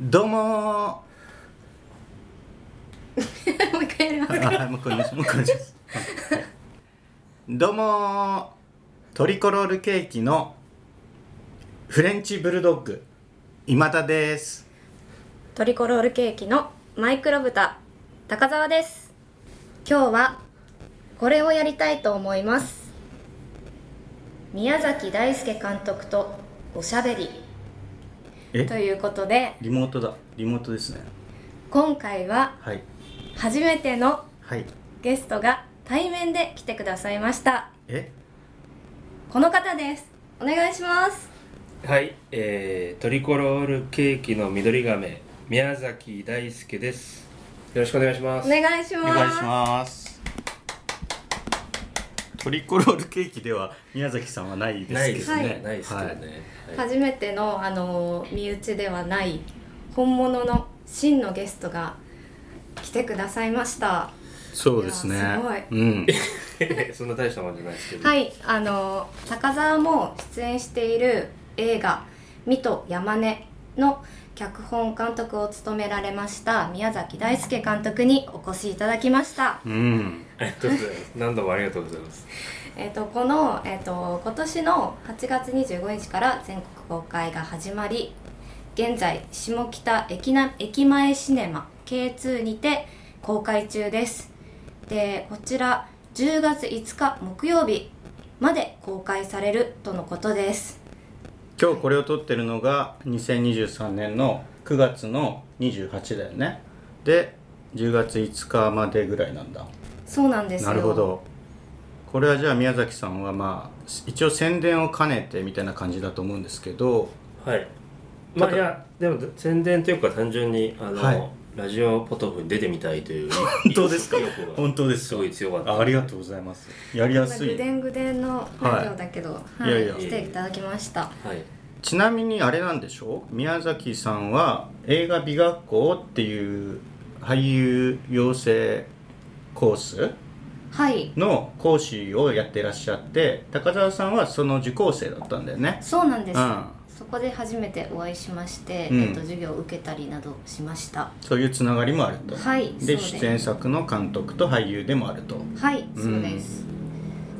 どうももう一回やりますーかあ向こうに向こうにどうもートリコロールケーキのフレンチブルドッグ今田ですトリコロールケーキのマイクロ豚高澤です今日はこれをやりたいと思います宮崎大輔監督とおしゃべりとえいうことでリモートだリモートですね今回ははい初めてのはいゲストが対面で来てくださいましたえこの方ですお願いしますはい、えー、トリコロールケーキの緑亀宮崎大輔ですよろしくお願いしまおす願いしおます願いしますトリコロールケーキでは宮崎さんはないですけどねないですはいねないですけどね、はい初めての、あのー身内ではない本物の真のゲストが来てくださいましたそうですねいやすごいうん、そんな大したもんじゃない ですけどはいいあのー高澤も出演している映画「水戸山根」の脚本監督を務められました宮崎大輔監督にお越しいただきましたうん、ありがとうございます何度もありがとうございますえっとこの、えっと今年の8月25日から全国公開が始まり現在下北駅な駅前シネマ K2 にて公開中ですでこちら10月5日木曜日まで公開されるとのことです今日これを撮ってるのが2023年の9月の28だよねで10月5日までぐらいなんだそうなんですよなるほどこれはじゃあ宮崎さんはまあ一応宣伝を兼ねてみたいな感じだと思うんですけどはいまあいやでも宣伝というか単純にあの、はいラジオポトフに出てみたいと いう本当ですか意欲が本当ですかすごい強かったあありがとうございますやりやすぐいでんぐでんのラジオだけど、いはいいやいや来ていただきましたはいちなみにあれなんでしょう宮崎さんは映画美学校っていう俳優養成コースはいの講師をやってらっしゃって高澤さんはその受講生だったんだよねそうなんです、うんそこで初めてお会いしまして、うんえっと授業を受けたりなどしましたそういうつながりもあると、はいそうでです出演作の監督と俳優でもあるとはい、そうです。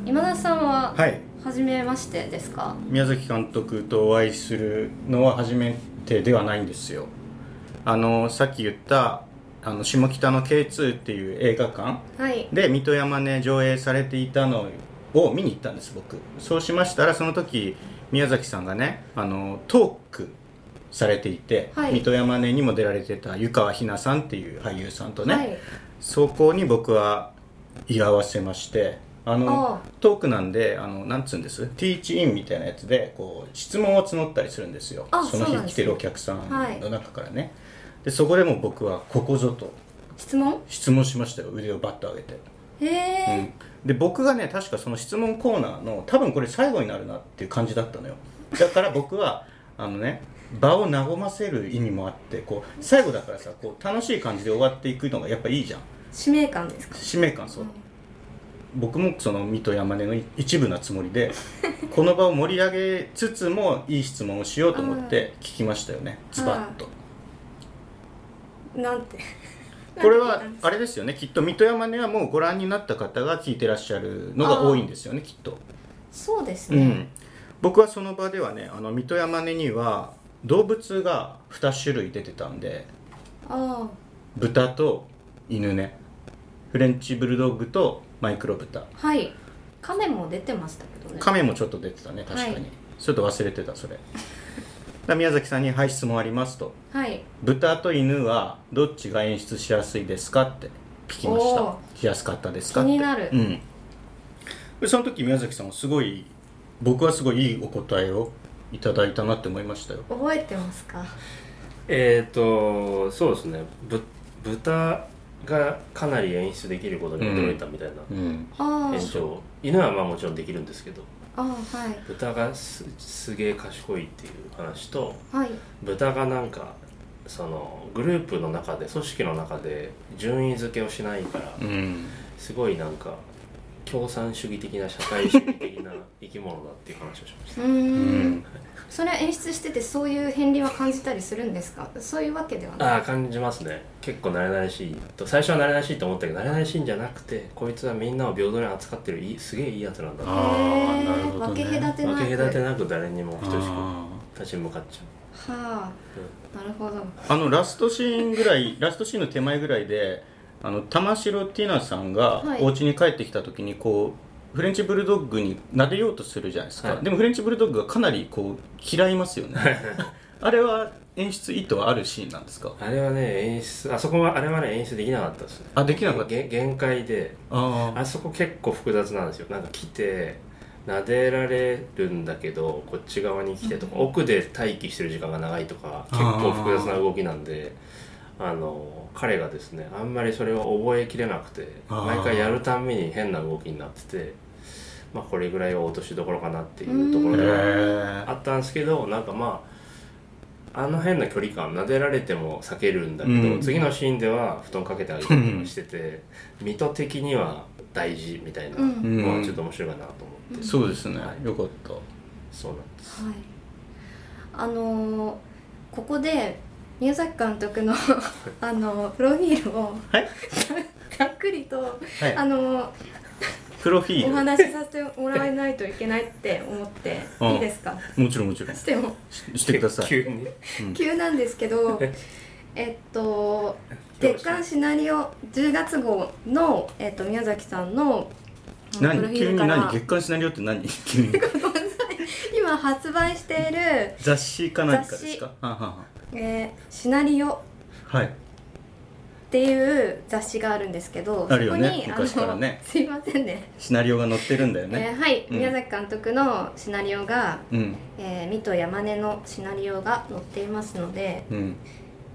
今田さんは、はい初めましてですか。宮崎監督とお会いするのは初めてではないんですよあのさっき言ったあの下北の K2 っていう映画館はい。で水戸山根上映されていたのを見に行ったんです僕そうしましたらその時宮崎さんがねあのトークされていて、はい水戸山根にも出られてた湯川ひなさんっていう俳優さんとね、はい。そこに僕は居合わせましてあのああトークなんであのなんつうんですティーチインみたいなやつでこう質問を募ったりするんですよあそのそうなん日来ですねてるお客さはんいの中からね、でそこでも僕はここぞと質問。質問しましたよ腕をバッと上げて。へえ、で僕がね確かその質問コーナーの多分これ最後になるなっていう感じだったのよだから僕はあのね場を和ませる意味もあってこう最後だからさこう楽しい感じで終わっていくのがやっぱいいじゃん使命感ですか。使命感そう、僕もその水戸山根の一部なつもりでこの場を盛り上げつつもいい質問をしようと思って聞きましたよねズバッとなんて。これはなんてあれですよねきっと水戸山根はもうご覧になった方が聞いてらっしゃるのが多いんですよねきっとそうですうね。ん、僕はその場ではねあの水戸山根には動物が2種類出てたんであ豚と犬ねフレンチブルドッグとマイクロ豚あ、はい。亀も出てましたけどね。亀もちょっと出てたね確かに、はいちょっと忘れてたそれだから宮崎さんに「はい質問あります」とはい。 「豚と犬はどっちが演出しやすいですか?」って聞きましたお「しやすかったですか?」って気になるうんでその時宮崎さんはすごい僕はすごいいいお答えをいただいたなって思いましたよ覚えてますか。えっ、とそうですねぶ豚がかなり演出できることに驚いたみたいな、うんあえっと、犬はまあもちろんできるんですけどあ、ああ、はい。豚がすすげえ賢いっていう話とはい。豚がなんかそのグループの中で組織の中で順位付けをしないからうんすごいなんか共産主義的な社会主義的な生き物だっていう話をしましうたーん。それは演出しててそういう片りは感じたりするんですかそういうわけではないああ感じますね結構慣れ慣れしいと最初は慣れ慣れしいと思ったけど慣れ慣れしいんじゃなくてこいつはみんなを平等に扱ってるいいすげえいいやつなんだあ分ーなるほどね分け隔てなくけ隔てなく誰にも等しあく立ち向かっちゃはあなるほどーあのラストシーンぐらいラストシーンの手前ぐらいであの玉城ティナさんがはいお家に帰ってきた時にこうフレンチブルドッグに撫でようとするじゃないですか、はいでもフレンチブルドッグがかなりこう嫌いますよ ねあれは演出意図はあるシーンなんですかうあれはね演出あそこはあれはね演出できなかったですねあできなかったげ限界であーあそこ結構複雑なんですよなんか来て撫でられるんだけどこっち側に来てとか奥で待機してる時間が長いとか結構複雑な動きなんであの彼がですねあんまりそれを覚えきれなくてあー毎回やるたんびに変な動きになっててまあこれぐらいは落としどころかなっていうところへではーあったんですけどなんかまああの変な距離感撫でられても避けるんだけど、うん次のシーンでは布団かけてあげたりとかしてて水戸的には大事みたいなうんのはちょっと面白いかなと思って、うんそうですね、はいよかったそうなんですはい、あのーここで宮崎監督のあのプロフィールをはいざっくりと、はいあのープロフィおー話しさせてもらえないといけないって思ってうんいいですかルもちろんもちろんししてもしてください急に急なんですけ どえっと月刊シナリオ10月号の、えっと、宮崎さんのあのプ何ロフィー急ルにから何月刊シナリオって何 急に今発売している、雑誌か何かですかはんはんはえーシナリオんはいっていう雑誌があるんですけど、あるよねそこに昔からねあのすい ませんねシナリオが載ってるんだよね、えーはい、うん宮崎監督のシナリオが、うんえー、水戸山根のシナリオが載っていますのでうん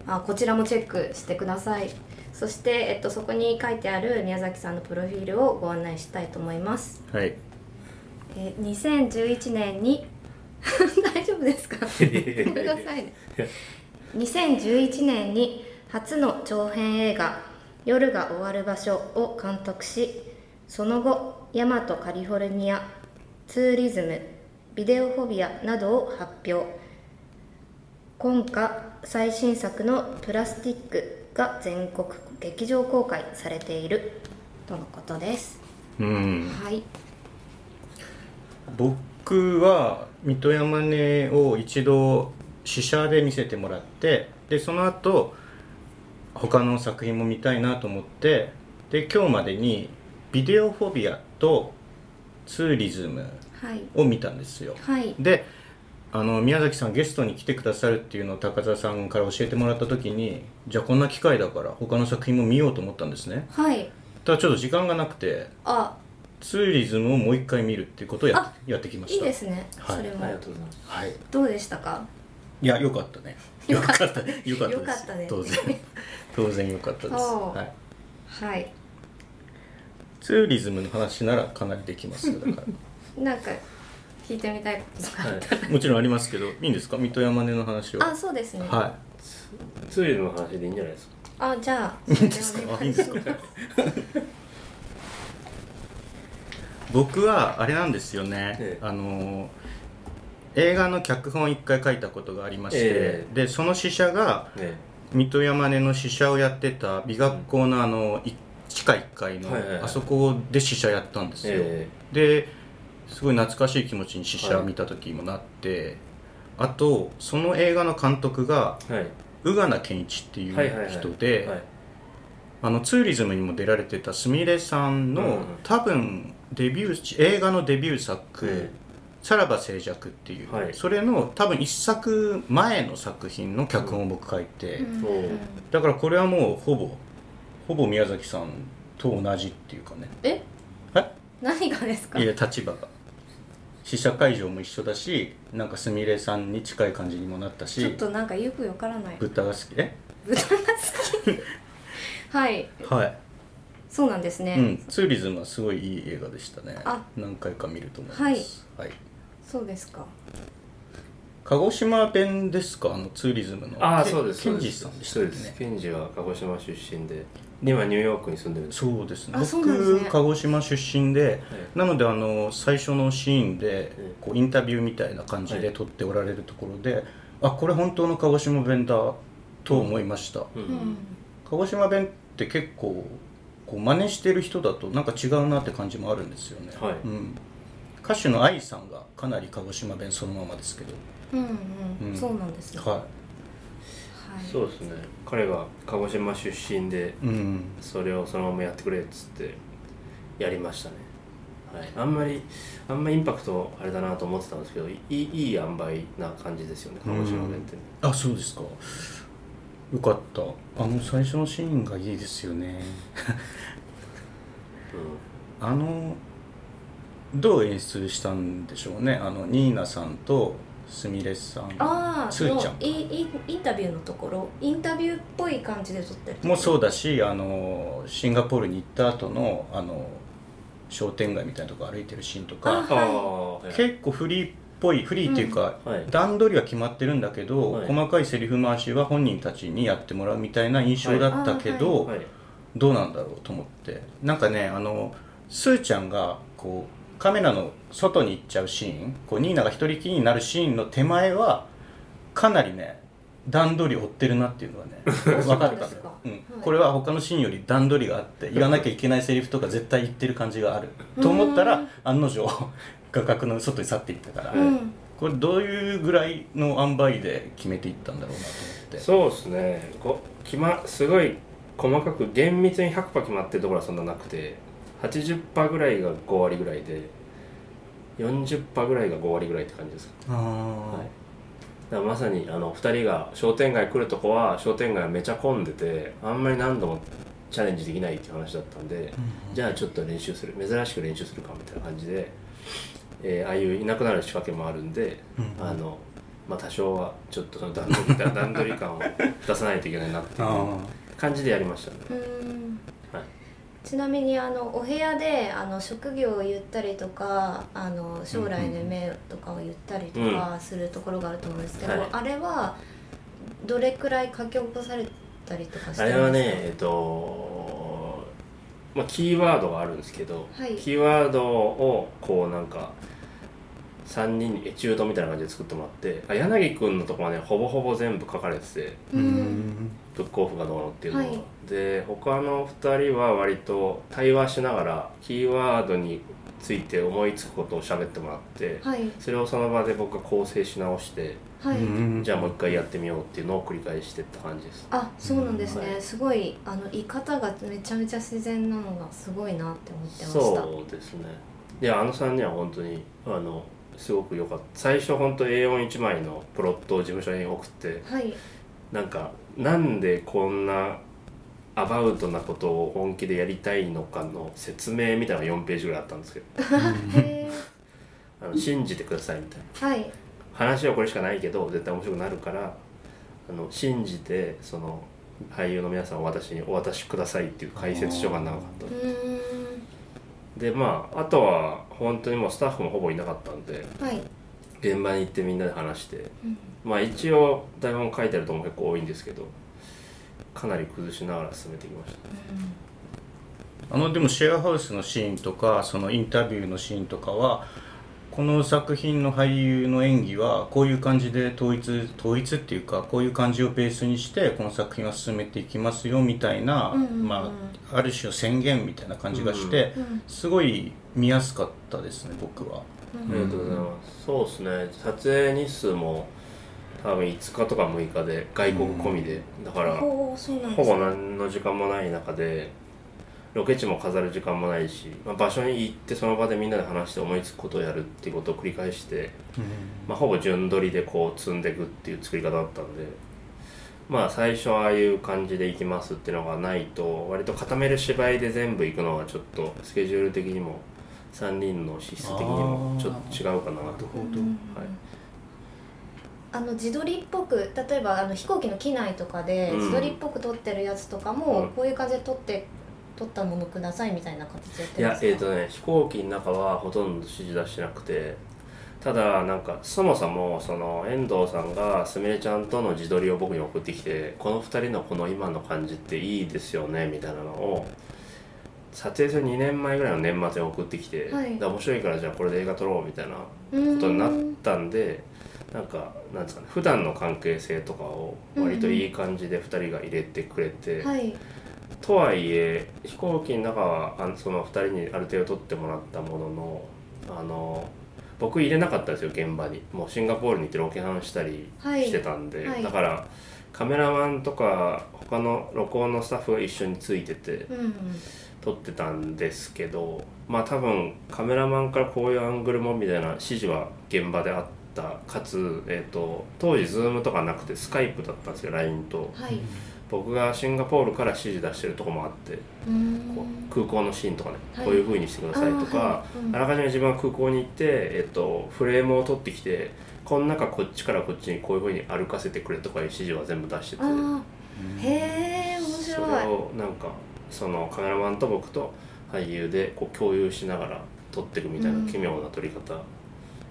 あこちらもチェックしてくださいそして、えっと、そこに書いてある宮崎さんのプロフィールをご案内したいと思います、はいえー、2011年に 大丈夫ですかごめんなさいね2011年に初の長編映画「夜が終わる場所」を監督しその後「ヤマトカリフォルニア」「ツーリズム」「ビデオフォビア」などを発表今夏最新作の「プラスティック」が全国劇場公開されているとのことですうんはい僕は水戸山根を一度試写で見せてもらってでその後他の作品も見たいなと思ってで今日までにビデオフォビアとツーリズムはいを見たんですよはいであの宮崎さんゲストに来てくださるっていうのを高田さんから教えてもらった時にじゃあこんな機会だから他の作品も見ようと思ったんですねはいただちょっと時間がなくてあツーリズムをもう一回見るっていうことをややってきましたいいですね、はいそれもありがとうございますはい、どうでしたかいや良かったね良かった良かったですよかったね当然当然良かったです、そうはい、はいツーリズムの話ならかなりできますよだかなんか聞いてみたいことがあっらもちろんありますけどいいんですか水戸山根の話をたあそうですね、はツーリズムの話でいいんじゃないですかあじゃあいいんですかあいいんですか僕はあれなんですよね、ええあの映画の脚本一回書いたことがありまして、えでその試写がね水戸山根の試写をやってた美学校のあの、い地下1階のはいはいはいあそこで試写やったんですよ、えですごい懐かしい気持ちに試写見た時もなって、あとその映画の監督がえはい宇賀名健一っていはいはいはうい人ではいあのツーリズムにも出られてたすみれさんの、うんうん多分デビュー映画のデビュー作「えさらば静寂」っていう、はいそれの多分一作前の作品の脚本を僕書いて。うんそうだからこれはもうほぼほぼ宮崎さんと同じっていうかねええ何がですかいや立場が試写会場も一緒だしなんかすみれさんに近い感じにもなったちょっしとなんかよくわからない豚が好きえ豚が好きはいはい、そうなんですね、うん、ツーリズムはすごいいい映画でしたねあ何回か見ると思います、はいそうですか鹿児島弁ですかあのツーリズムのああそうですケそンうジでさすんでしそうでたっすけねケンジは鹿児島出身で今ニューヨークに住んでるんですそうですねあそうなんです僕ね鹿児島出身でえなのであの最初のシーンでえこうインタビューみたいな感じはでい撮っておられるところであこれ本当の鹿児島弁だと思いました、ううんん鹿児島弁って結構こう真似してる人だとなんか違うなって感じもあるんですよね、はいうん、歌手の愛さんがかなり鹿児島弁そのままですけど、うんううんんそうなんですねははいそうですね彼が鹿児島出身でいうん、それをそのままやってくれっつってやりましたね、はい、あんまりあんまインパクトあれだなと思ってたんですけどいいいい塩梅な感じですよね鹿児島弁ってね、あそうですかよかったあの最初のシーンがいいですよねあのどう演出したんでしょうねあのニーナさんとスミレさんああスーちゃんかイイインタビューのところインタビューっぽい感じで撮ってるもそうだしあのシンガポールに行った後のあの商店街みたいなとこ歩いてるシーンとうん、かあはいあーはい結構フリーっぽいフリーっていうか、はい段取りは決まってるんだけど、はい細かいセリフ回しは本人たちにやってもらうみたいな印象だったけど、ははいどうなんだろうと思ってなんかねあのスーちゃんがこうカメラの外に行っちゃうシーンこうニーナが一人きりになるシーンの手前はかなりね段取り追ってるなっていうの はね分かそうっでたすかうんはいこれは他のシーンより段取りがあ って言わなきゃいけないセリフとか絶対言ってる感じがあると思ったうらん案の定画角の外に去っていったから、うん、これどういうぐらいの塩梅で決めていったんだろうなと思って。そうですねこ決、ま、すごい細かく厳密に100%決まってるところはそんななくて80%ぐらいが5割ぐらいで40%ぐらいが5割ぐらいって感じですか,、あーはい、だからまさにあの2人が商店街来るとこは商店街めちゃ混んでてあんまり何度もチャレンジできないっていう話だったんで、うんじゃあちょっと練習する珍しく練習するかみたいな感じで、えーああいういなくなる仕掛けもあるんでうんあの、まあ、多少はちょっとその段取り段取り感を出さないといけないなっていあうー感じでやりましたね。うんはい、ちなみにあのお部屋であの職業を言ったりとかあの将来の夢とかを言ったりとかするところがあると思うんですけど、はいあれはどれくらい書き起こされたりとかしてあるんですれかはねえっと、まあ、キーワードがあるんですけど、はいキーワードをこうなんか3人にエチュードみたいな感じで作ってもらってあ柳くんのとこはねほぼほぼ全部書かれててううんんブックオフがどうのっていうのは、はいで他の2人は割と対話しながらキーワードについて思いつくことを喋ってもらって、はいそれをその場で僕が構成し直して、はい、うんじゃあもう一回やってみようっていうのを繰り返してった感じですあそうなんですね、はいすごいあの言い方がめちゃめちゃ自然なのがすごいなって思ってましたそうですねいやあの3人は本当にあのすごく良かった最初本当 A41 枚のプロットを事務所に送ってはいなんかなんでこんなアバウトなことを本気でやりたいのかの説明みたいなのが4ページぐらいあったんですけどへあの信じてくださいみたいなーはい話はこれしかないけど絶対面白くなるからあの信じてその俳優の皆さんを私にお渡しくださいっていう解説書が長かったうーんでまああとは本当にもうスタッフもほぼいなかったんではい、現場に行ってみんなで話してうんまあ一応台本書いてあるとこも結構多いんですけどかなり崩しながら進めてきましたあのでもシェアハウスのシーンとかそのインタビューのシーンとかはこの作品の俳優の演技はこういう感じで統一統一っていうかこういう感じをベースにしてこの作品は進めていきますよみたいな、うんうんうんまあ、ある種の宣言みたいな感じがして、うんうんすごい見やすかったですね僕は。うんありがとうございますそうですね撮影日数も多分5日とか6日で外国込みでだからほうそうなんほですぼね何の時間もない中でロケ地も飾る時間もないし、まあ場所に行ってその場でみんなで話して思いつくことをやるっていうことを繰り返して、まあ、ほぼ順取りでこう積んでいくっていう作り方だったんでまあ最初はああいう感じで行きますっていうのがないと割と固める芝居で全部行くのはちょっとスケジュール的にも3人の資質的にもちょっと違うかなと。ほうんうんうんはいあの自撮りっぽく例えばあの飛行機の機内とかでうん自撮りっぽく撮ってるやつとかも、うんこういう感じで撮って撮ったものくださいみたいな形でやっいてるんですかやえーとね飛行機の中はほとんど指示出してなくてただなんかそもそもその遠藤さんがすみれちゃんとの自撮りを僕に送ってきてこの2人のこの今の感じっていいですよねみたいなのを撮影する2年前ぐらいの年末に送ってきて、はいだから面白いからじゃあこれで映画撮ろうみたいなうんことになったんでなんかなんですかね普段の関係性とかを割といい感じで2人が入れてくれて、はいとはいえ飛行機の中はあのその2人にある程度撮ってもらったもののあの僕入れなかったんですよ現場にもうシンガポールに行ってロケハンしたりはいしてたんで、はいだからカメラマンとか他の録音のスタッフが一緒についててうんうん撮ってたんですけどまあ多分カメラマンからこういうアングルもみたいな指示は現場であったかつ、えー、と当時 Zoom とかなくて Skype だったんですよ LINE とはい僕がシンガポールから指示出してるとこもあってうーんこう空港のシーンとかね、はいこういう風にしてくださいとかあ,、あーはいうんらかじめ自分は空港に行って、えっと、フレームを取ってきてこの中こっちからこっちにこういう風に歩かせてくれとかいう指示は全部出しててあーへえ面そ白れいをなんかそのカメラマンと僕と俳優でこう共有しながら撮っていくみたいうんな奇妙な撮り方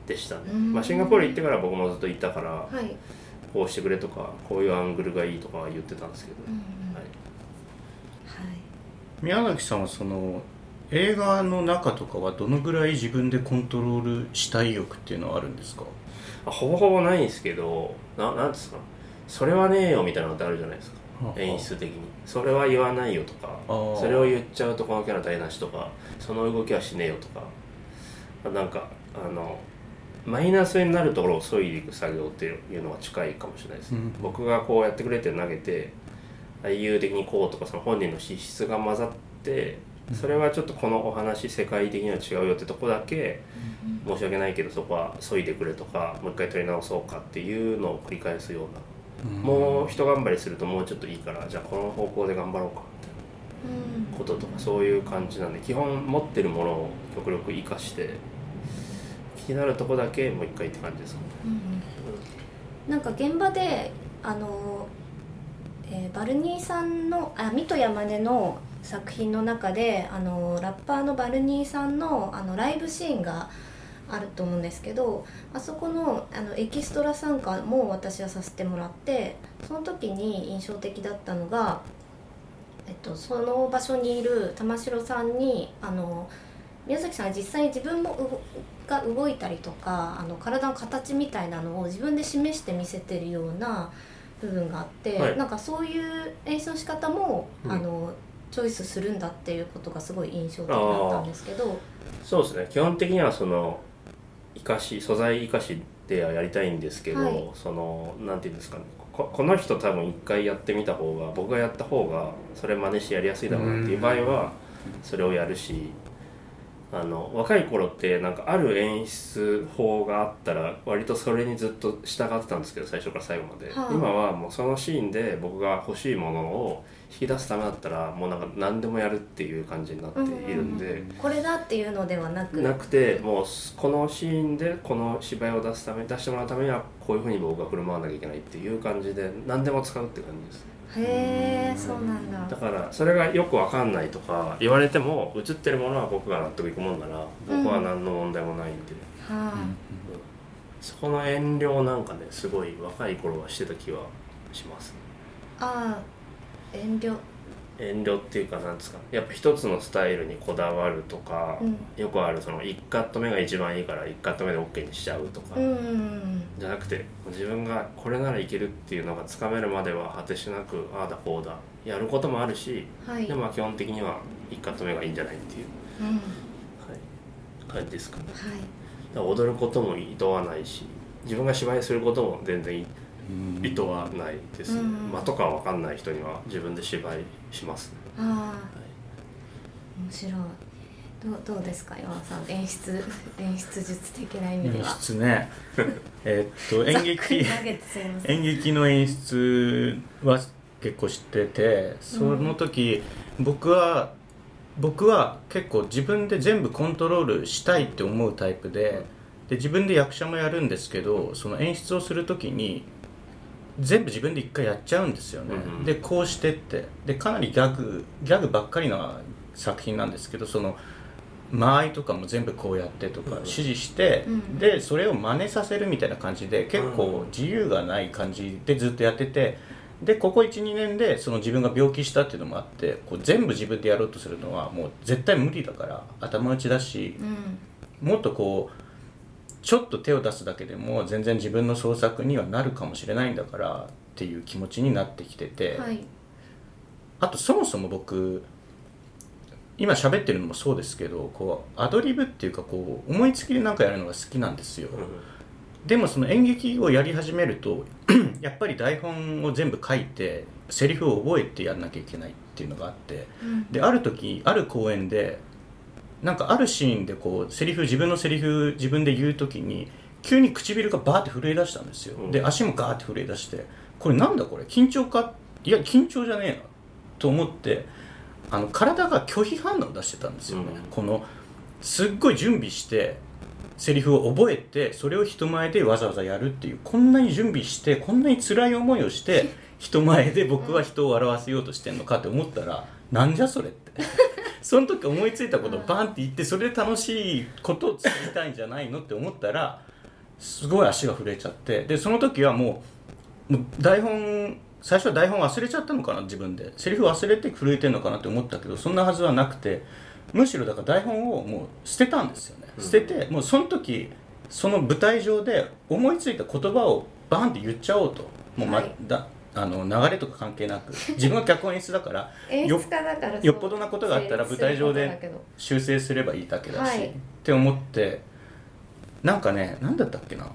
でしたね、うんまあ、シンガポール行ってから僕もずっといたからはい、こうしてくれとかこういうアングルがいいとかは言ってたんですけど、うんうん、ははいい、宮崎さんはその映画の中とかはどのぐらい自分でコントロールしたい欲っていうのはあるんですかあほぼほぼないんですけどななんですかそれはねえよみたいなのってあるじゃないですか演出的にそれは言わないよとかあーそれを言っちゃうとこのキャラ台無しとかその動きはしねえよとかあなんかあのマイナスになるところを削いでいく作業っていうのが近いかもしれないです、ねうん僕がこうやってくれって投げて俳優的にこうとかその本人の資質が混ざってそれはちょっとこのお話世界的には違うよってとこだけ申し訳ないけどそこは削いでくれとかもう一回取り直そうかっていうのを繰り返すようなうんもう一頑張りするともうちょっといいからじゃあこの方向で頑張ろうかみたうんいなこととかそういう感じなんで基本持ってるものを極力生かして気になるとこだけもう一回って感じですかね、うんなんか現場であの、えーバルニーさんのあミトヤマネの作品の中であのラッパーのバルニーさんのあのライブシーンがあると思うんですけどあそこのあのエキストラ参加も私はさせてもらってその時に印象的だったのが、えっと、その場所にいる玉城さんにあの宮崎さんは実際に自分も動が動いたりとかあの体の形みたいなのを自分で示して見せてるような部分があって、はいなんかそういう演出の仕方も、うんあのチョイスするんだっていうことがすごい印象的だったんですけど。そうですね基本的にはその生かし素材生かしではやりたいんですけど、はいそのなんていうんですかねここの人多分一回やってみた方が僕がやった方がそれ真似してやりやすいだろうなっていう場合はそれをやるしあの若い頃ってなんかある演出法があったら割とそれにずっと従ってたんですけど最初から最後まで、はい今はもうそのシーンで僕が欲しいものを引き出すためだったらもうなんか何でもやるっていう感じになっているんで。これだっていうのではなくなくてもうこのシーンでこの芝居を出すため出してもらうためにはこういうふうに僕が振る舞わなきゃいけないっていう感じで何でも使うって感じですへえそうなんだだからそれがよくわかんないとか言われても映ってるものは僕が納得いくもんなら僕は何の問題もないんで、うはんそこの遠慮なんかねすごい若い頃はしてた気はしますあ、あー遠慮遠慮っていうかなんですかやっぱ一つのスタイルにこだわるとか、うんよくあるその1カット目が一番いいから1カット目で OK にしちゃうとか、うんうんうんじゃなくて自分がこれならいけるっていうのがつかめるまでは果てしなくああだこうだやることもあるしはいでもまあ基本的には一括目がいいんじゃないっていう、うんはいはい、感じですかねだから踊ることもいとわないし自分が芝居することも全然いうんいとわないですね、うん間とかわかんない人には自分で芝居しますね、ああはい面白いどうどうですか山田さん演出 演出術的な意味で演は出ねえーっと演ざっくり劇投げてすいません演劇の演出は結構知っててその時、僕は僕は結構自分で全部コントロールしたいって思うタイプでで自分で役者もやるんですけどその演出をする時に全部自分で一回やっちゃうんですよね、うんうんでこうしてってでかなりギャグギャグばっかりな作品なんですけどその間合いとかも全部こうやってとかうん指示して、うんでそれを真似させるみたいな感じで結構うん自由がない感じでずっとやっててでここ12年でその自分が病気したっていうのもあってこう全部自分でやろうとするのはもう絶対無理だから頭打ちだしうんもっとこうちょっと手を出すだけでも全然自分の創作にはなるかもしれないんだからっていう気持ちになってきてて、はいあとそもそも僕今喋ってるのもそうですけどこうアドリブっていうかこう思いつきで何かやるのが好きなんですよ、でもその演劇をやり始めると やっぱり台本を全部書いてセリフを覚えてやんなきゃいけないっていうのがあってうんである時ある公演でなんかあるシーンでこうセリフ自分のセリフ自分で言う時に急に唇がバーって震え出したんですよ、うんで足もガーって震え出してこれなんだこれ緊張かいや緊張じゃねえなと思ってあの体が拒否反応を出してたんですよね、うんこのすっごい準備してセリフを覚えてそれを人前でわざわざやるっていうこんなに準備してこんなに辛い思いをして人前で僕は人を笑わせようとしてんのかって思ったらなんじゃそれって その時思いついたことをバンって言ってそれで楽しいことを作りたいんじゃないのって思ったらすごい足が震えちゃってでその時はもうもう台本最初は台本忘れちゃったのかな自分でセリフ忘れて震えてんのかなって思ったけどそんなはずはなくてむしろだから台本をもう捨てたんですよねうん捨ててもうその時その舞台上で思いついた言葉をバンって言っちゃおうともう、まはいだあの流れとか関係なく自分は脚本演出だから 演出家だからそうよっぽどなことがあったら舞台上で成立す修ることだ正すればいいだけだし、はいって思ってなんかね何だったっけな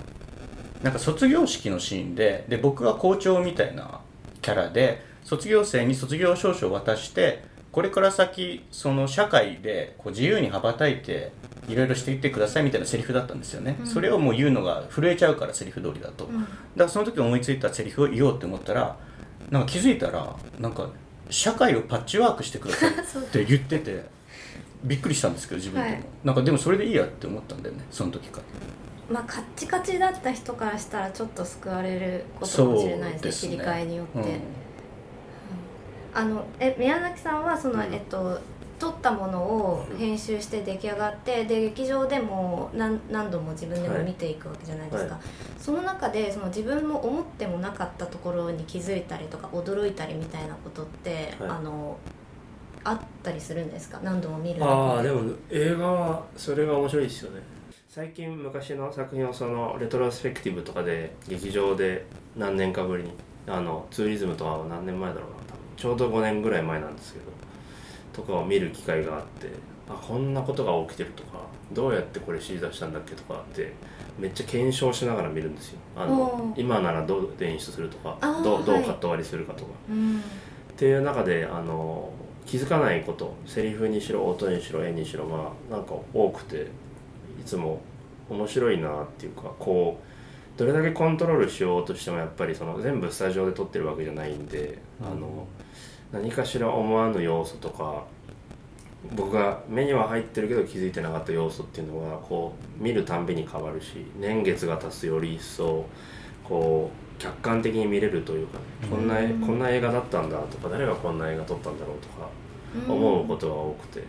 なんか卒業式のシーンでで僕は校長みたいなキャラで卒業生に卒業証書を渡してこれから先その社会でこう自由に羽ばたいていろいろしていってくださいみたいなセリフだったんですよね、うんそれをもう言うのが震えちゃうからセリフ通りだと、けどうんだからその時思いついたセリフを言おうって思ったらなんか気づいたらなんか社会をパッチワークしてくださいって言っててびっくりしたんですけど自分でも、はいなんかでもそれでいいやって思ったんだよねその時からまあカッチカチだった人からしたらちょっと救われることかもしれないですね切り替えによって、あのえ宮崎さんはその、うんえっと撮ったものを編集して出来上がってで劇場でも何何度も自分でも見ていくわけじゃないですか、はその中でその自分も思ってもなかったところに気づいたりとか驚いたりみたいなことって、はいあのあったりするんですか何度も見るあ中あでも映画はそれが面白いですよね最近昔の作品をそのレトロスペクティブとかで劇場で何年かぶりにあのツーリズムとかは何年前だろうな多分ちょうど5年ぐらい前なんですけどとかを見る機会があってあこんなことが起きてるとかどうやってこれ指示出したんだっけとかってめっちゃ検証しながら見るんですよあおのー今ならどう演出するとかあーどうどうはいカット割りするかとか、うんっていう中であの気づかないことセリフにしろ音にしろ絵にしろがなんか多くていつも面白いなっていうかこうどれだけコントロールしようとしてもやっぱりその全部スタジオで撮ってるわけじゃないんで、あの何かしら思わぬ要素とか僕が目には入ってるけど気づいてなかった要素っていうのがこう見るたんびに変わるし年月が経つとより一層こう客観的に見れるというかねうんこんな絵こんな映画だったんだとか誰がこんな映画撮ったんだろうとかうん思うことが多くて、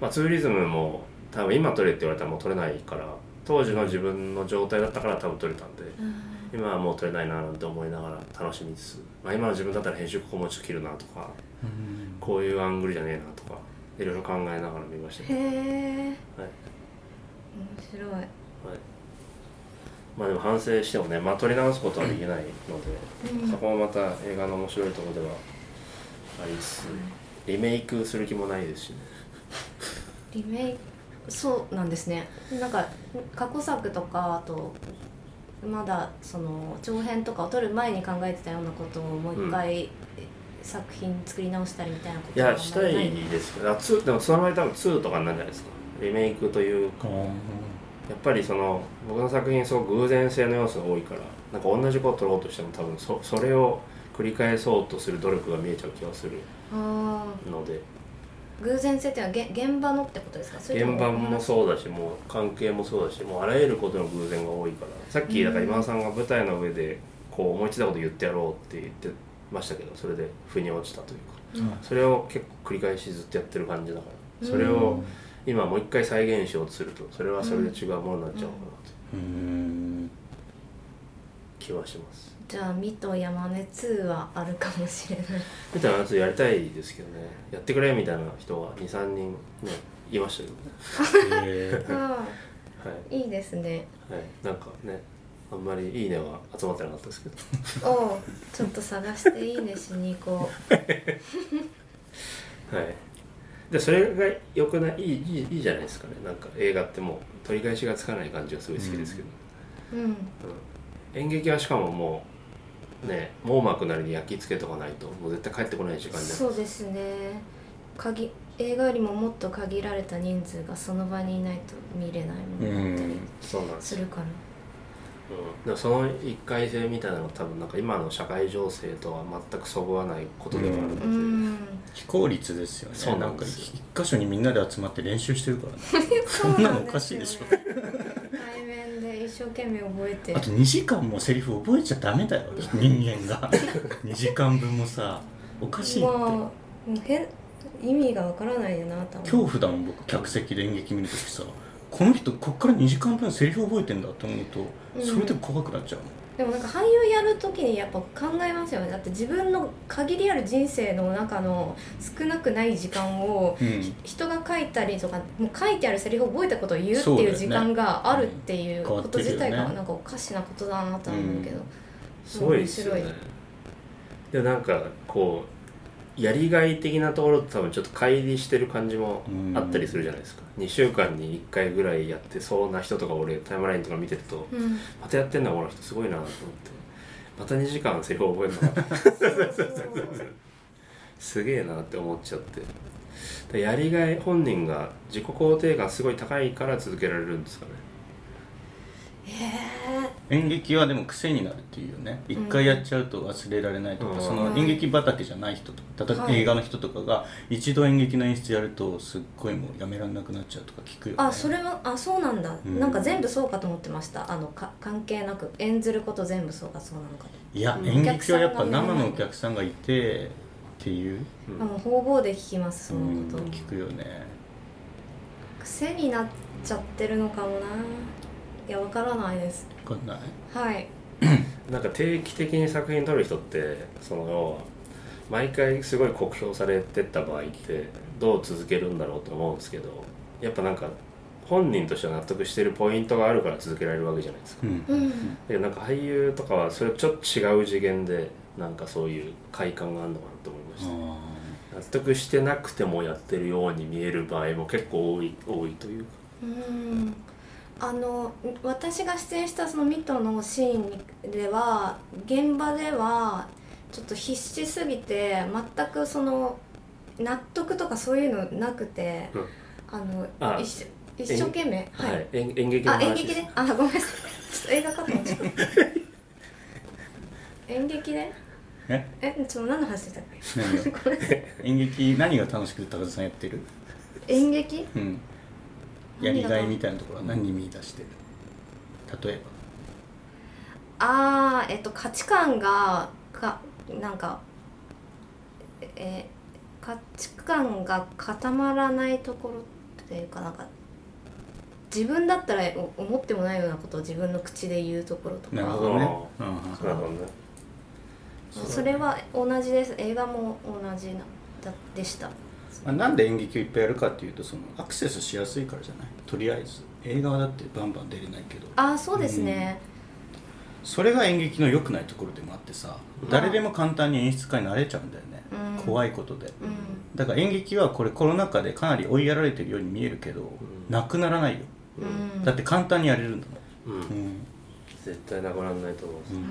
まあ、ツーリズムも多分今撮れって言われたらもう撮れないから当時の自分の状態だったから多分撮れたんでうん今はもう撮れないななんて思いながら楽しみつつ、まあ、今の自分だったら編集ここもうちょっと切るなとかうんこういうアングルじゃねえなとかいろいろ考えながら見ましたへね、えはい面白いはい、まあでも反省してもね、まあ、撮り直すことはできないので、うんそこもまた映画の面白いところではありつつリメイクする気もないですしねリメイクそうなんですねなんか過去作とかあとまだその長編とかを撮る前に考えてたようなことをもう一回、作品作り直したりみたいなこいとはあんやまりしたいですけどあ2でもその前多分2とかになるんじゃないですかリメイクというかやっぱりその僕の作品すごく偶然性の要素が多いからなんか同じことを撮ろうとしても多分そそれを繰り返そうとする努力が見えちゃう気がするあのでー偶然性っていうのはげ現場のってことですかそれと現場もそうだしもう関係もそうだしもうあらゆることの偶然が多いからさっきだから今田さんが舞台の上でこう思いついたこと言ってやろうって言ってましたけどそれで腑に落ちたというかうんそれを結構繰り返しずっとやってる感じだからそれうをん今もう一回再現しようとするとそれはそれで違うものになっちゃうのかなってうーん気はしますじゃあ「ミとヤマメ2」はあるかもしれないみたいなやつやりたいですけどねやってくれみたいな人が23人ねいましたけどねへあはあいいいですねはい、なんかねあんまりいいねは集まってなかったですけどおうちょっと探していいねしに行こはいでそれがよくないいいいいいいじゃないですかねなんか映画ってもう取り返しがつかない感じがすごい好きですけど、ううんうん演劇はしかももうね網膜なりに焼き付けとかないともう絶対帰ってこない時間じゃそうですね限映画よりももっと限られた人数がその場にいないと見れないもうのだったりんそうなんですすよ、るからうん、でもその一回性みたいなのは多分なんか今の社会情勢とは全くそぐわないことではあるので、うん非効率ですよねそうななんんかですよ一箇所にみんなで集まって練習してるからねそんなのおかしいでしょうなんですよね対面で一生懸命覚えてあと2時間もセリフ覚えちゃダメだよ人間 が2時間分もさおかしいってまあ変意味がわからないよな多分恐怖だもん僕客席で演劇見るときさこの人こっから2時間分セリフ覚えてんだと思うとうんそれで怖くなっちゃうでもなんか俳優やる時にやっぱ考えますよねだって自分の限りある人生の中の少なくない時間をもん、うん人が書いたりとかもう書いてあるセリフを覚えたことを言うってそうだいようね時間があるってい変うわこってとるよね自体がなんかおかしなことだなとは思うけど、すごいですよね面でなんかこうやりがい的なところと多分ちょっと乖離してる感じもあったりするじゃないですか、2週間に1回ぐらいやってそうな人とか俺タイムラインとか見てるとうんまたやってんだこの人すごいなと思ってまた2時間セリフ覚えるのかそうそうそうすげえなって思っちゃってでやりがい本人が自己肯定感すごい高いから続けられるんですかねえ演劇はでも癖になるっていうよね一回やっちゃうと忘れられないとか、うんその演劇畑じゃない人とか例えばはい映画の人とかが一度演劇の演出やるとすっごいもうやめられなくなっちゃうとか聞くよ、ね、ー、あそれはあそうなんだ、うんなんか全部そうかと思ってましたあのか関係なく演ずること全部そうかそうなのかといやうん演劇はやっぱお客さんが生ねのお客さんがいてっていう、うんあもう方々で聞きますそうんのこと、聞くよね癖になっちゃってるのかもないやわからないです分かんないはいなんか定期的に作品撮る人ってその要は毎回すごい酷評されてった場合ってどう続けるんだろうと思うんですけどやっぱなんか本人としては納得してるポイントがあるから続けられるわけじゃないですうか。んうんだけどなんか俳優とかはそれちょっと違う次元でなんかそういう快感があるのかなと思いまあした、ー納得してなくてもやってるように見える場合も結構多い多いというかうんあの私が出演したそのミトのシーンでは現場ではちょっと必死すぎて全くその納得とかそういうのなくて、うんあのあ一生一生懸命はい、はい、演演劇のあ話演劇で あごめんなさいちょっと映画かと思っちゃった演劇でええちょっと何の話してたっ何よけ ごめんなさい演劇何が楽しくて高田さんやってる、演劇うん、やりがいみたいなところは何に見出してる例えあーえっと価値観がかなんかえー価値観が固まらないところっていうかなんか自分だったらお思ってもないようなことを自分の口で言うところとばなるほかどね、あうんそうなのねそれは同じです映画も同じなだでしたまあ、なんで演劇をいっぱいやるかっていうとそのアクセスしやすいからじゃないとりあえず映画はだってバンバン出れないけどああそうですね、それが演劇の良くないところでもあってさうん誰でも簡単に演出家になれちゃうんだよね、うん、怖い、いことでうん、だから演劇はこれコロナ禍でかなり追いやられてるように見えるけど、んなくならないよううんん、だって簡単にやれるんだもうんんうん絶対なくならないと思うんです、うんう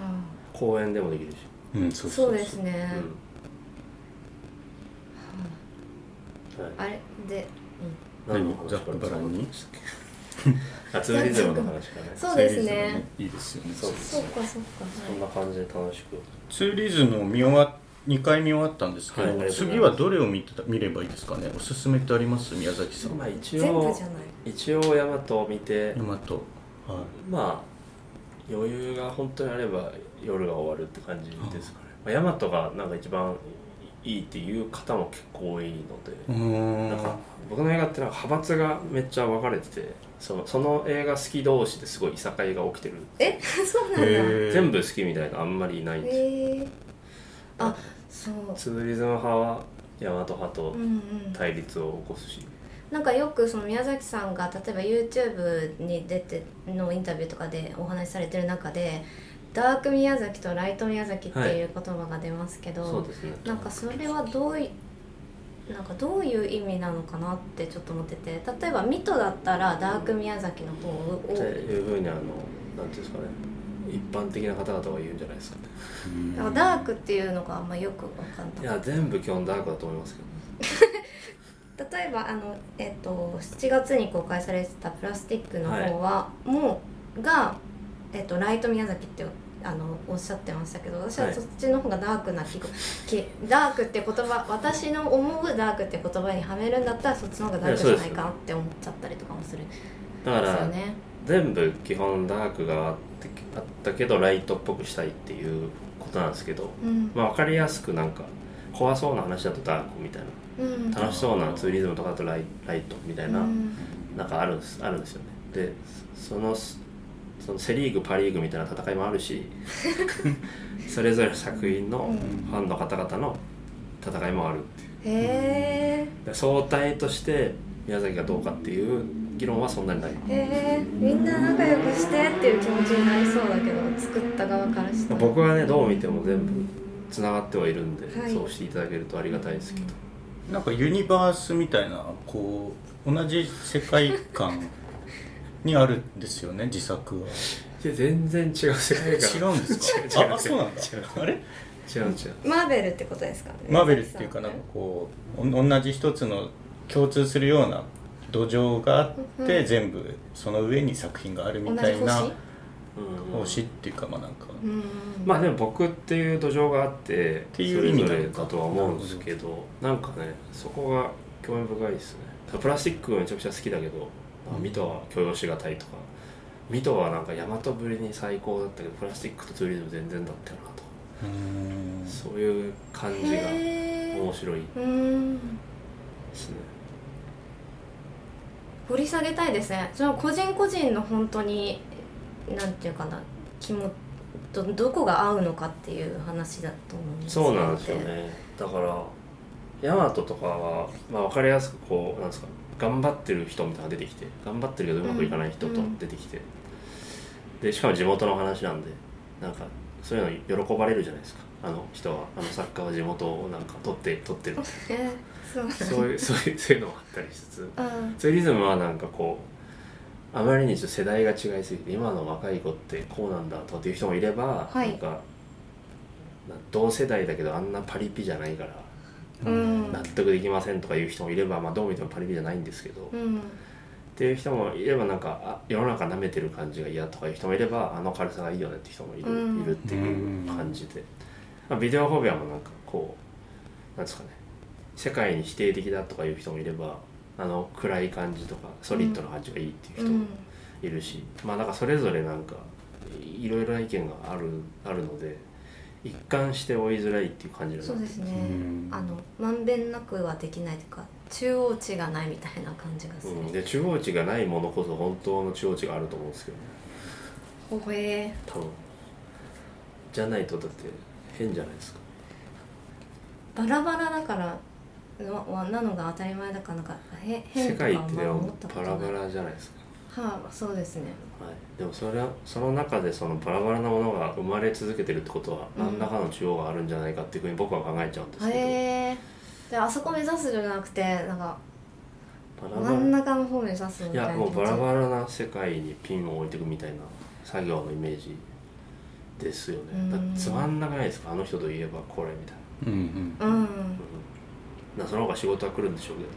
公演でもできるし、うんんそそうですね、うんはい、あれで、うん何の話ザックバランにあツーリズムの話かねそうですねいいですよねそうそうかそうか、そんな感じで楽しくツーリズムを見終わ2回見終わったんですけど、はいありがとうございま次すはどれを見てた見ればいいですかねおすすめってあります宮崎さんまあ一全部応じゃない一応ヤマトを見て今と、はまあ余裕が本当にあれば夜が終わるって感じですかね、まあ、ヤマトがなんか一番いいいっていう方も結構多いので、うーんなんか僕の映画ってなんか派閥がめっちゃ分かれててそその映画好き同士ですごいいさかいが起きてるえ そうなんだへへー全部好きみたいなのあんまりいないんですよえあそうツーリズム派はヤマト派とうんうん対立を起こすし、なんかよくその宮崎さんが例えば YouTube に出てのインタビューとかでお話しされてる中でダーク宮崎とライト宮崎っていう言葉が出ますけど、そうですねなんかそれはどういなんかどういう意味なのかなってちょっと思ってて例えばミトだったらダーク宮崎の方をっていうふうにあのなんていうんですかね一般的な方々は言うんじゃないですかねなんかダークっていうのがあんまよく分かんないいや全部基本ダークだと思いますけど例えばあの、えっと7月に公開されてた「プラスティック」の方は、もうが、えっとライト宮崎ってあのおっしゃってましたけど私ははいそっちの方がダークな気が、きダークって言葉私の思うダークって言葉にはめるんだったらそっちの方がダークじゃないかなって思っちゃったりとかもするんですだからよね。全部基本ダークがあってあったけどライトっぽくしたいっていうことなんですけど、うんまあ、分かりやすくなんか怖そうな話だとダークみたいうんな楽しそうなツーリズムとかだとライライトみたいな、うんなんかあるんですあるんですよねでそのそのセ・リーグパ・リーグみたいな戦いもある しそれぞれの作品のファンの方々の戦いもあるっていうへーで相対として宮崎がどうかっていう議論はそんなにないへーみんな仲良くしてっていう気持ちになりそうだけど作った側からしたら。僕はねどう見ても全部つながってはいるんで、はいそうしていただけるとありがたいですけど、なんかユニバースみたいなこう同じ世界観にあるんですよね自作はで全然違う世界違観うんです違う違かうああそうなんだ違うあれ違う違うマーベルってことですかねマーベルっていうかなんかこうお同じ一つの共通するような土壌があって、うん全部その上に作品があるみ同たじいな星うん星っていうかまあなんか、うんまあでも僕っていう土壌があってていう意味なのかそれぞれだとは思うんですけどなんかねそこが興味深いですねプラスチックはめちゃくちゃ好きだけどうんミトは許容しがたいとかミトはなんか大和ぶりに最高だったけどプラスチックとツーリズム全然だったよなとかうーんそういう感じがへー面白いでうんすね掘り下げたいですねその個人個人の本当になんていうかな気もどどこが合うのかっていう話だと思うんですそうなんですよねだからヤマトとかは、まあ、分かりやすくこうなんですか頑張ってる人みたいなのが出てきて頑張ってるけどうまくいかない人とうん出てきて、でしかも地元の話なんでなんかそういうの喜ばれるじゃないですかあの人はあの作家は地元をなんか取って取ってるえそうそういうそういうそういうのもあったりしつつうんツーリズムはなんかこうあまりにちょっと世代が違いすぎて今の若い子ってこうなんだとかっていう人もいれば、はいなんかな同世代だけどあんなパリピじゃないからうん納得できませんとかいう人もいれば、まあ、どう見てもパリピじゃないんですけど、うっんていう人もいればなんかあ世の中舐めてる感じが嫌とかいう人もいればあの軽さがいいよねって人もいる,、うんいるっていう感じで、まあ、ビデオフォビアもなんかこうなんですかね世界に否定的だとかいう人もいればあの暗い感じとかソリッドな感じがいいっうていう人もんいるし、まあなんかそれぞれなんかいろいろな意見があるあるので一貫して追いづらいっていう感じなんそうですねうんあのまんべんなくはできないというか中央値がないみたいな感じがするうん、で中央値がないものこそ本当の中央値があると思うんですけどねほへ多分じゃないとだって変じゃないですかーバラバラだからのはなのが当たり前だからなんかへ世変とか界っはてまであも思ったことバないラバラじゃないですか、はあそうですねはい、でもそれはその中でそのバラバラなものが生まれ続けてるってことはうん何らかの中央があるんじゃないかっていうふうに僕は考えちゃうんですけど、へえであそこ目指すじゃなくてなんかバラバ真ラん中の方目指すみいたいやなもうバララバラな世界にピンを置いていくみたいな作業のイメージですようんねだってつまんなくないですかあの人といえばこれみたいなうんうんうんうん、なその方が仕事は来るんでしょうけど、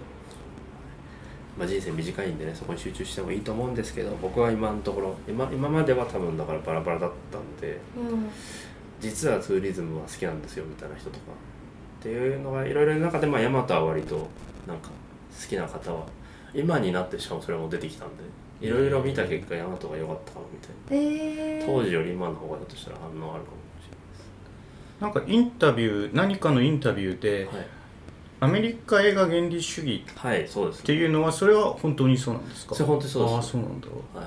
まあ、人生短いんでねそこに集中してもいいと思うんですけど僕は今のところ今今までは多分だからバラバラだったんでうん実はツーリズムは好きなんですよみたいな人とかっていうのがいろいろいる中でまあヤマトは割となんか好きな方は今になってしかもそれも出てきたんでいろいろ見た結果ヤマトが良かったかもみたいなええ当時より今の方がひょっとしたら反応あるかもしれないですなんかインタビュー何かのインタビューでアメリカ映画原理主義はい、はい、そうでっすていうのはそれは本当にそうなんですかそれ本当にそうですああそうなんだはい、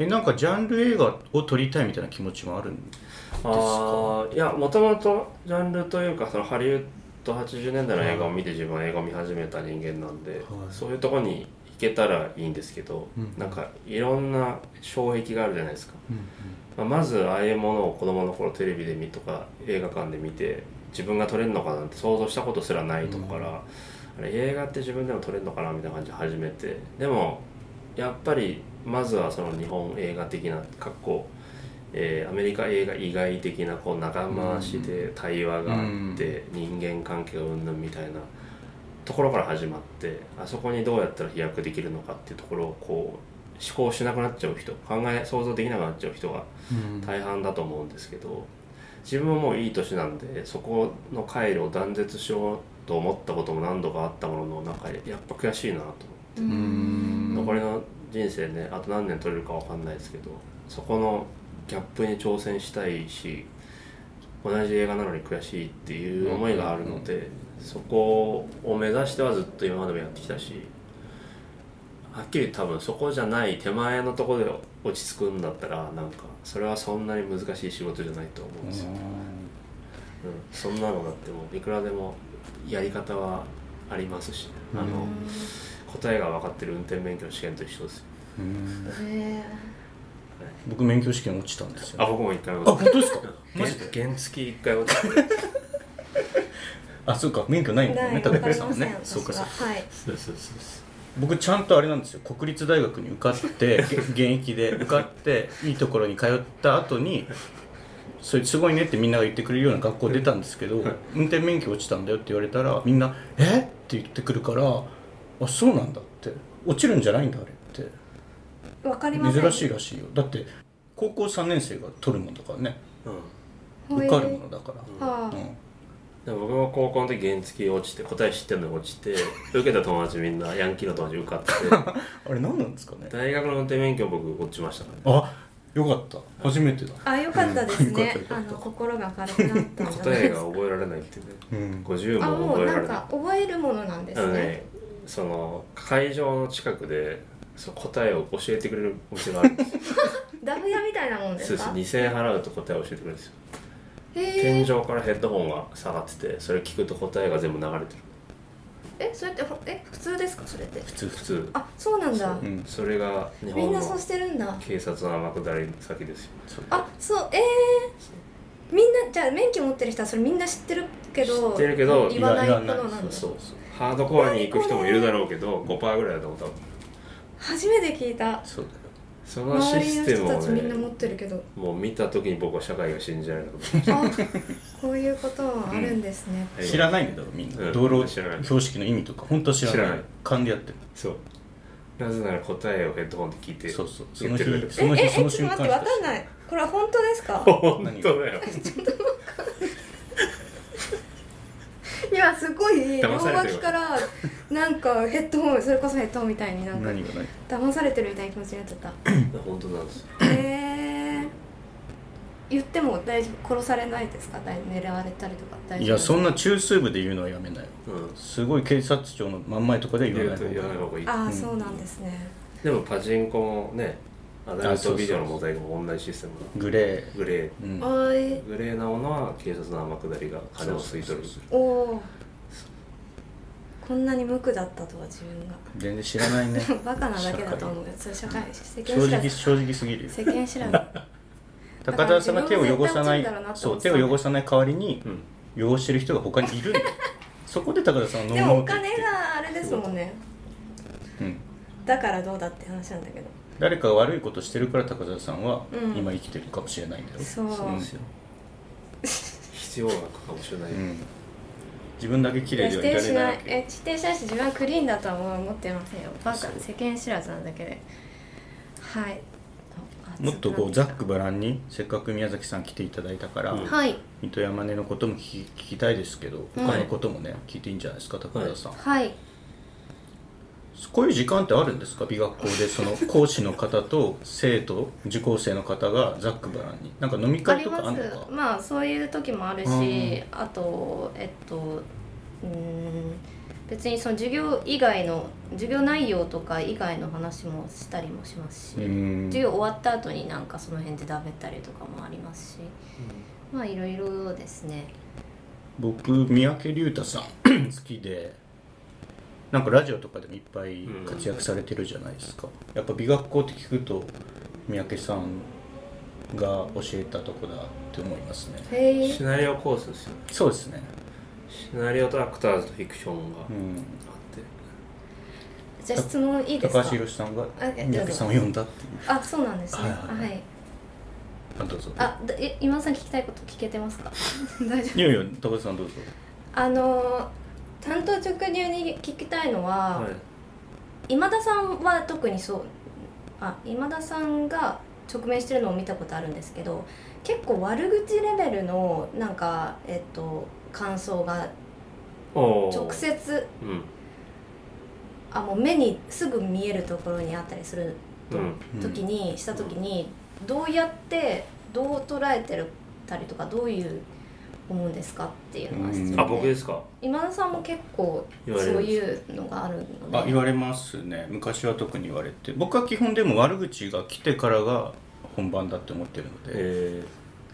えなんかジャンル映画を撮りたいみたいな気持ちもあるんああいやもともとジャンルというかそのハリウッド80年代の映画を見て自分は映画を見始めた人間なんで、そういうところに行けたらいいんですけど、うんなんかいろんな障壁があるじゃないですか、まあ、まずああいうものを子供の頃テレビで見とか映画館で見て自分が撮れるのかなんて想像したことすらないとこから、あれ映画って自分でも撮れるのかなみたいな感じで始めてでもやっぱりまずはその日本映画的な格好えーアメリカ映画以外的なこう長回しで対話があって、人間関係をうんぬんみたいなところから始まってあそこにどうやったら飛躍できるのかっていうところをこう思考しなくなっちゃう人考え想像できなくなっちゃう人が大半だと思うんですけど自分ももういい年なんでそこの回路を断絶しようと思ったことも何度かあったもののなんかやっぱ悔しいなと、ううん残りの人生ねあと何年取れるか分かんないですけどそこのギャップに挑戦したいし同じ映画なのに悔しいっていう思いがあるので、そこを目指してはずっと今までもやってきたしはっきり多分そこじゃない手前のところで落ち着くんだったらなんかそれはそんなに難しい仕事じゃないと思うんですよ、うんそんなのだってもういくらでもやり方はありますし、あうの答えが分かってる運転免許の試験と一緒ですようんへ僕免許試験落ちたんですよあ僕も一回あ本当ですかマ原ジで原付一回落ちてあそうか免許ないんーだよなねい高わか倉りさんまはせんねそうかそう私はかはいそうそうそう僕ちゃんとあれなんですよ国立大学に受かって げ現役で受かっていいところに通った後にそれすごいねってみんなが言ってくれるような学校出たんですけど運転免許落ちたんだよって言われたらみんな「えっ?」て言ってくるから「あそうなんだ」って落ちるんじゃないんだあれってわかりません珍しいらしいよだって高校3年生が取るもんだからねうんほい受かるものだかはら、うん、でも僕も高校の時原付落ちて答え知ってるのに落ちて受けた友達みんなヤンキーの友達受かって あれ何なんですかね大学の運転免許僕落ちましたからねあよかった初めてだああよかったですねうんよかったあよかったの心が軽くなったんじゃない答えですがか覚えられないっていうねうん50あもも覚うえらなれんないか覚えるものなんであすのねねその会場の近くでそう答えを教えてくれるお店がある んですよダフ屋みたいなもんでそすうですか2000円払うと答えを教えてくれるんですよへ天井えからヘッドホンが下がっててそれ聞くと答えが全部流れてるえそれってほえ普通ですかそれって普通普通普通あそうなんだううんそれが日み本んのなそうしてるんだ警察の天下り先ですよそうあそうえー、みんなじゃあ免許持ってる人はそれみんな知ってるけど知ってるけど言わない言こわとないなんだそうそうハードコアに行く人もいるだろうけど5%ぐらいだと思う多分初めて聞いたそうだよその周シりのステ人ムたをちみんな持っねてるけどもう見た時に僕は社会が信じられなくなっあこういうことはあるんですね、た知らないんだろみんな、うん道路知らない標識の意味とか本当知らない知らない勘でやってるそうなぜなら答えをヘッドホンで聞いてそうそうそ言のっ日てるだけそのえ日えそのちょ瞬っ間と待ってわかんいないこれは本当です か本当だよいやすごい両騙されてる脇からなんかヘッドホンそれこそヘッドホンみたいになんか何がない騙されてるみたいな気持ちになっちゃった本当なんですよへえ言っても大丈夫殺されないですか大狙われたりとか大丈い夫やそんな中枢部で言うのはやめなようんすごい警察庁の真ん前とかで言言わうないと方言がわないいい方がいいああ、うんそうなんですねでもパチンコもねアダルトビデオの問題でも同じシステムがグレグレー、うーん、おいグレーなものは警察の天下りが金を吸い取るそうおおこんなに無垢だったとは自分が 全然知らないねバカなだけだと思うよそれ社会世間正知ら直ず正直すぎるよ世間知らず高田さんが手を汚さないだから自分も絶対落ちるんだろうなってそ思っうてた手を汚さない代わりにうん汚してる人が他にいるんだ よそこで高田さんはでノーもノーっおて言っ金てがあれですもんねうん、だからどうだって話なんだけど誰かが悪いことしてるから高田さんはうん今生きてるかもしれないんだよ、そうですよ、必要なのかもしれなうい、ん、自分だけ綺麗否ではいら定しれなないいわけえ否定しないし自分はクリーンだとはもう思ってませんよバカそう世間知らずなだけではいあもっとこう熱ざくっなくばらんにせっかく宮崎さん来ていただいたから、うんたはい水戸山根のことも聞き聞きたいですけどうん他のこともね、聞いていいんじゃないですか高田さん、はいこういう時間ってあるんですか美学校でそ の講師の方と生徒受講生の方がざっくばらんになんか飲みあ会りとかあまるのすかまあそういう時もあるし、あとえっとうーん別にその授業以外の授業内容とか以外の話もしたりもしますし、うん授業終わった後になんかその辺で食べたりとかもありますしまあいろいろですね僕三宅龍太さん 好きでなんかラジオとかでもいっぱい活躍されてるじゃないですか、やっぱ美学校って聞くと三宅さんが教えたとこだって思いますねへえシナリオコースですよねそうですねシナリオとアクターズとフィクションがあっうんて、じゃあ質問いいです高橋か宏さんがあえ三宅さんを呼んだっていうあそうなんですねはいは、はいいあどうぞあだえ今田さん聞きたいこと聞けてますか 大丈夫いやいや高橋さんどうぞあのー担当直入に聞きたいのは、はい今田さんは特にそうあ今田さんが直面してるのを見たことあるんですけど結構悪口レベルのなんかえっと感想がおー直接うんあもう目にすぐ見えるところにあったりするうん時に、した時にどうやってどう捉えてるたりとかどういう思うんですかっていうのが質うんあ問僕でですか今田さんも結構そ言うわれるいうのがあるのであ言われますね昔は特に言われて僕は基本でも悪口が来てからが本番だって思ってるのでえ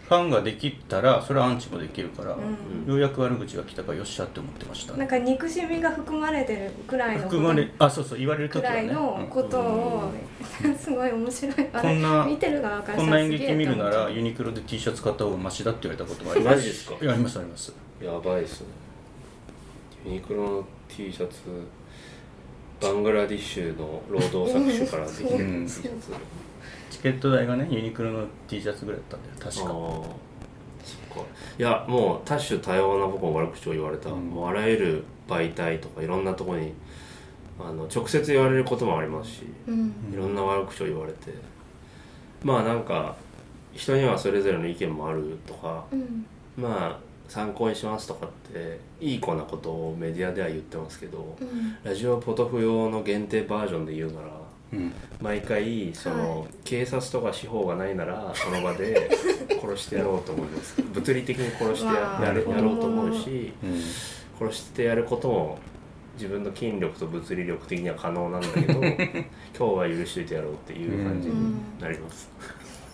ファンができたらそれはアンチもできるから、うんようやく悪口が来たからよっしゃって思ってました、なんか憎しみが含まれてるくらいのこと含まれあそうそう言われるく時はらねいのことを、 すごい面白いあこんな見てる側からこんな演劇見るならすげえユニクロで T シャツ買った方がマシだって言われたことがあーりまマすジですかいやありますありますやばいっすねユニクロの T シャツバングラディッシュの労働搾取からできうるん T シャツチケット代がねユニクロの T シャツぐらいだったんだああよーそっかいやもう多種多様な僕も悪口を言われた、うんもうあらゆる媒体とかいろんなとこにあの直接言われることもありますしと思ってうんいろんな悪口を言われてまあなんか人にはそれぞれの意見もあるとかうんうんまあ参考にしますとかっていい子なことをメディアでは言ってますけど、うんラジオポトフ用の限定バージョンで言うなら確かうん毎回その、は警察とか司法がないならその場で殺してやろうと思 います物理的に殺してやわあやるなやるろほうどと思うしうん殺してやることも自分の筋力と物理力的には可能なん だけど今日は許しといてやろうっていう感じになります。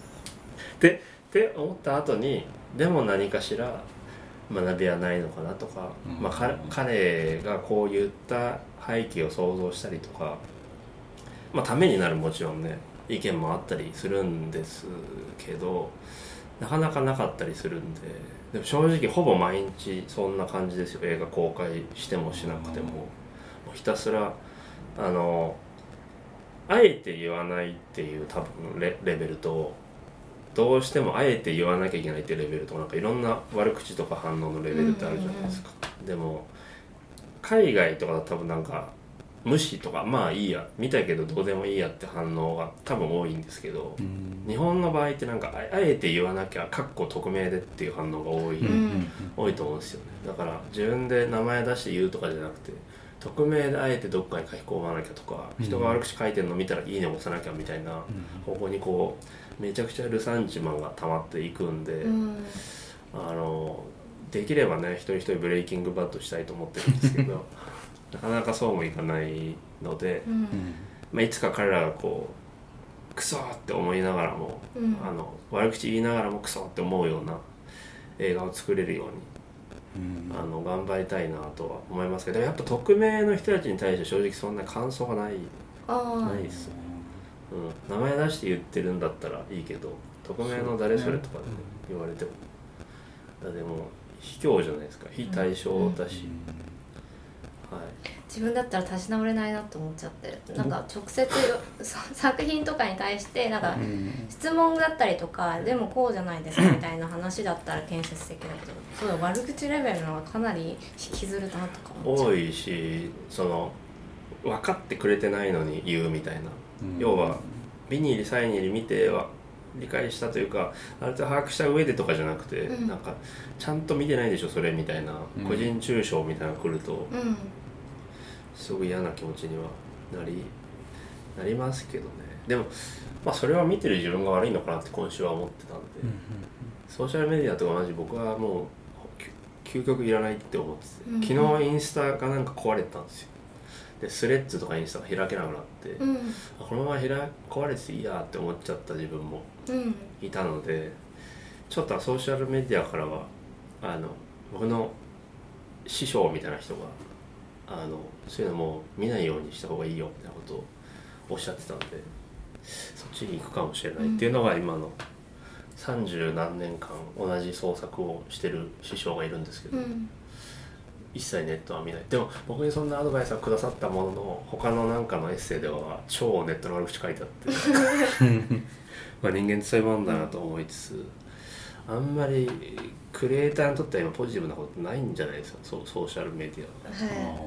でって思った後にでも何かしら学びはないのかなとか、うんまあ、か彼がこう言った背景を想像したりとか、まあ、ためになるもちろんね意見もあったりするんですけどなかなかなかったりするんででも正直ほぼ毎日そんな感じですよ映画公開してもしなくても,、うんもうひたすらあのあえて言わないっていう多分レレベルとどうしてもあえて言わなきゃいけないっていうレベルとなんかいろんな悪口とか反応のレベルってあるじゃないですか、でも海外とかだと多分なんか無視とかまあいいや見たけどどうでもいいやって反応が多分多いんですけどうん日本の場合ってなんかああえて言わなきゃかっこ匿名でっていう反応が多い、うんうん多いと思うんですよねだから自分で名前出して言うとかじゃなくて匿名であえてどっかに書き込まなきゃとかうん人が悪口書いてるの見たらいいね押さなきゃみたいな方向にこうめちゃくちゃルサンチマンが溜まっていくんで、うんあのできればね一人一人ブレイキングバッドしたいと思ってるんです けどなかなかそうもいかないので、ううんんまあ、いつか彼らがこうクソーって思いながらもうんあの悪口言いながらもクソって思うような映画を作れるようにうんあの頑張りたいなとは思いますけどやっぱ匿名の人たちに対して正直そんな感想がない、あないです、うん、名前出して言ってるんだったらいいけど匿名の誰それとかで、ね言われてもだでも卑怯じゃないですか非対称だし、はいー自分だったら立ち直れないなと思っちゃってなんか直接 そ作品とかに対してなんかうん質問だったりとかでもこうじゃないですかみたいな話だったら建設的だけどそうだ悪口レベルのはかなり引きずるなとか思っちゃう多いしその分かってくれてないのに言うみたいなうん要はビニールサイニール見ては理解したというかある程度把握した上でとかじゃなくて、うんなんかちゃんと見てないでしょそれみたいな、うん個人中傷みたいなの来るとうんすごい嫌な気持ちにはなりなりますけどねでも、まあ、それは見てる自分が悪いのかなって今週は思ってたんで、うんうんソーシャルメディアとかマジ僕はもうきゅ究極いらないって思ってて、うんうん昨日インスタがなんか壊れてたんですよでスレッズとかインスタが開けなくなって、うあんこのまま開壊れていいやって思っちゃった自分もうんいたのでちょっとソーシャルメディアからはあの僕の師匠みたいな人があのそういうのもう見ないようにした方がいいよみたいなことをおっしゃってたのでそっちに行くかもしれないっていうのが今の三十何年間同じ創作をしてる師匠がいるんですけうど、ん一切ネットは見ないでも僕にそんなアドバイスはくださったものの他のなんかのエッセイでは超ネットの悪口書いてあって まあ人間ってそういうもんだなと思いつつあんまりクリエイターにとっては今ポジティブなことないんじゃないですかそうソーシャルメディアはは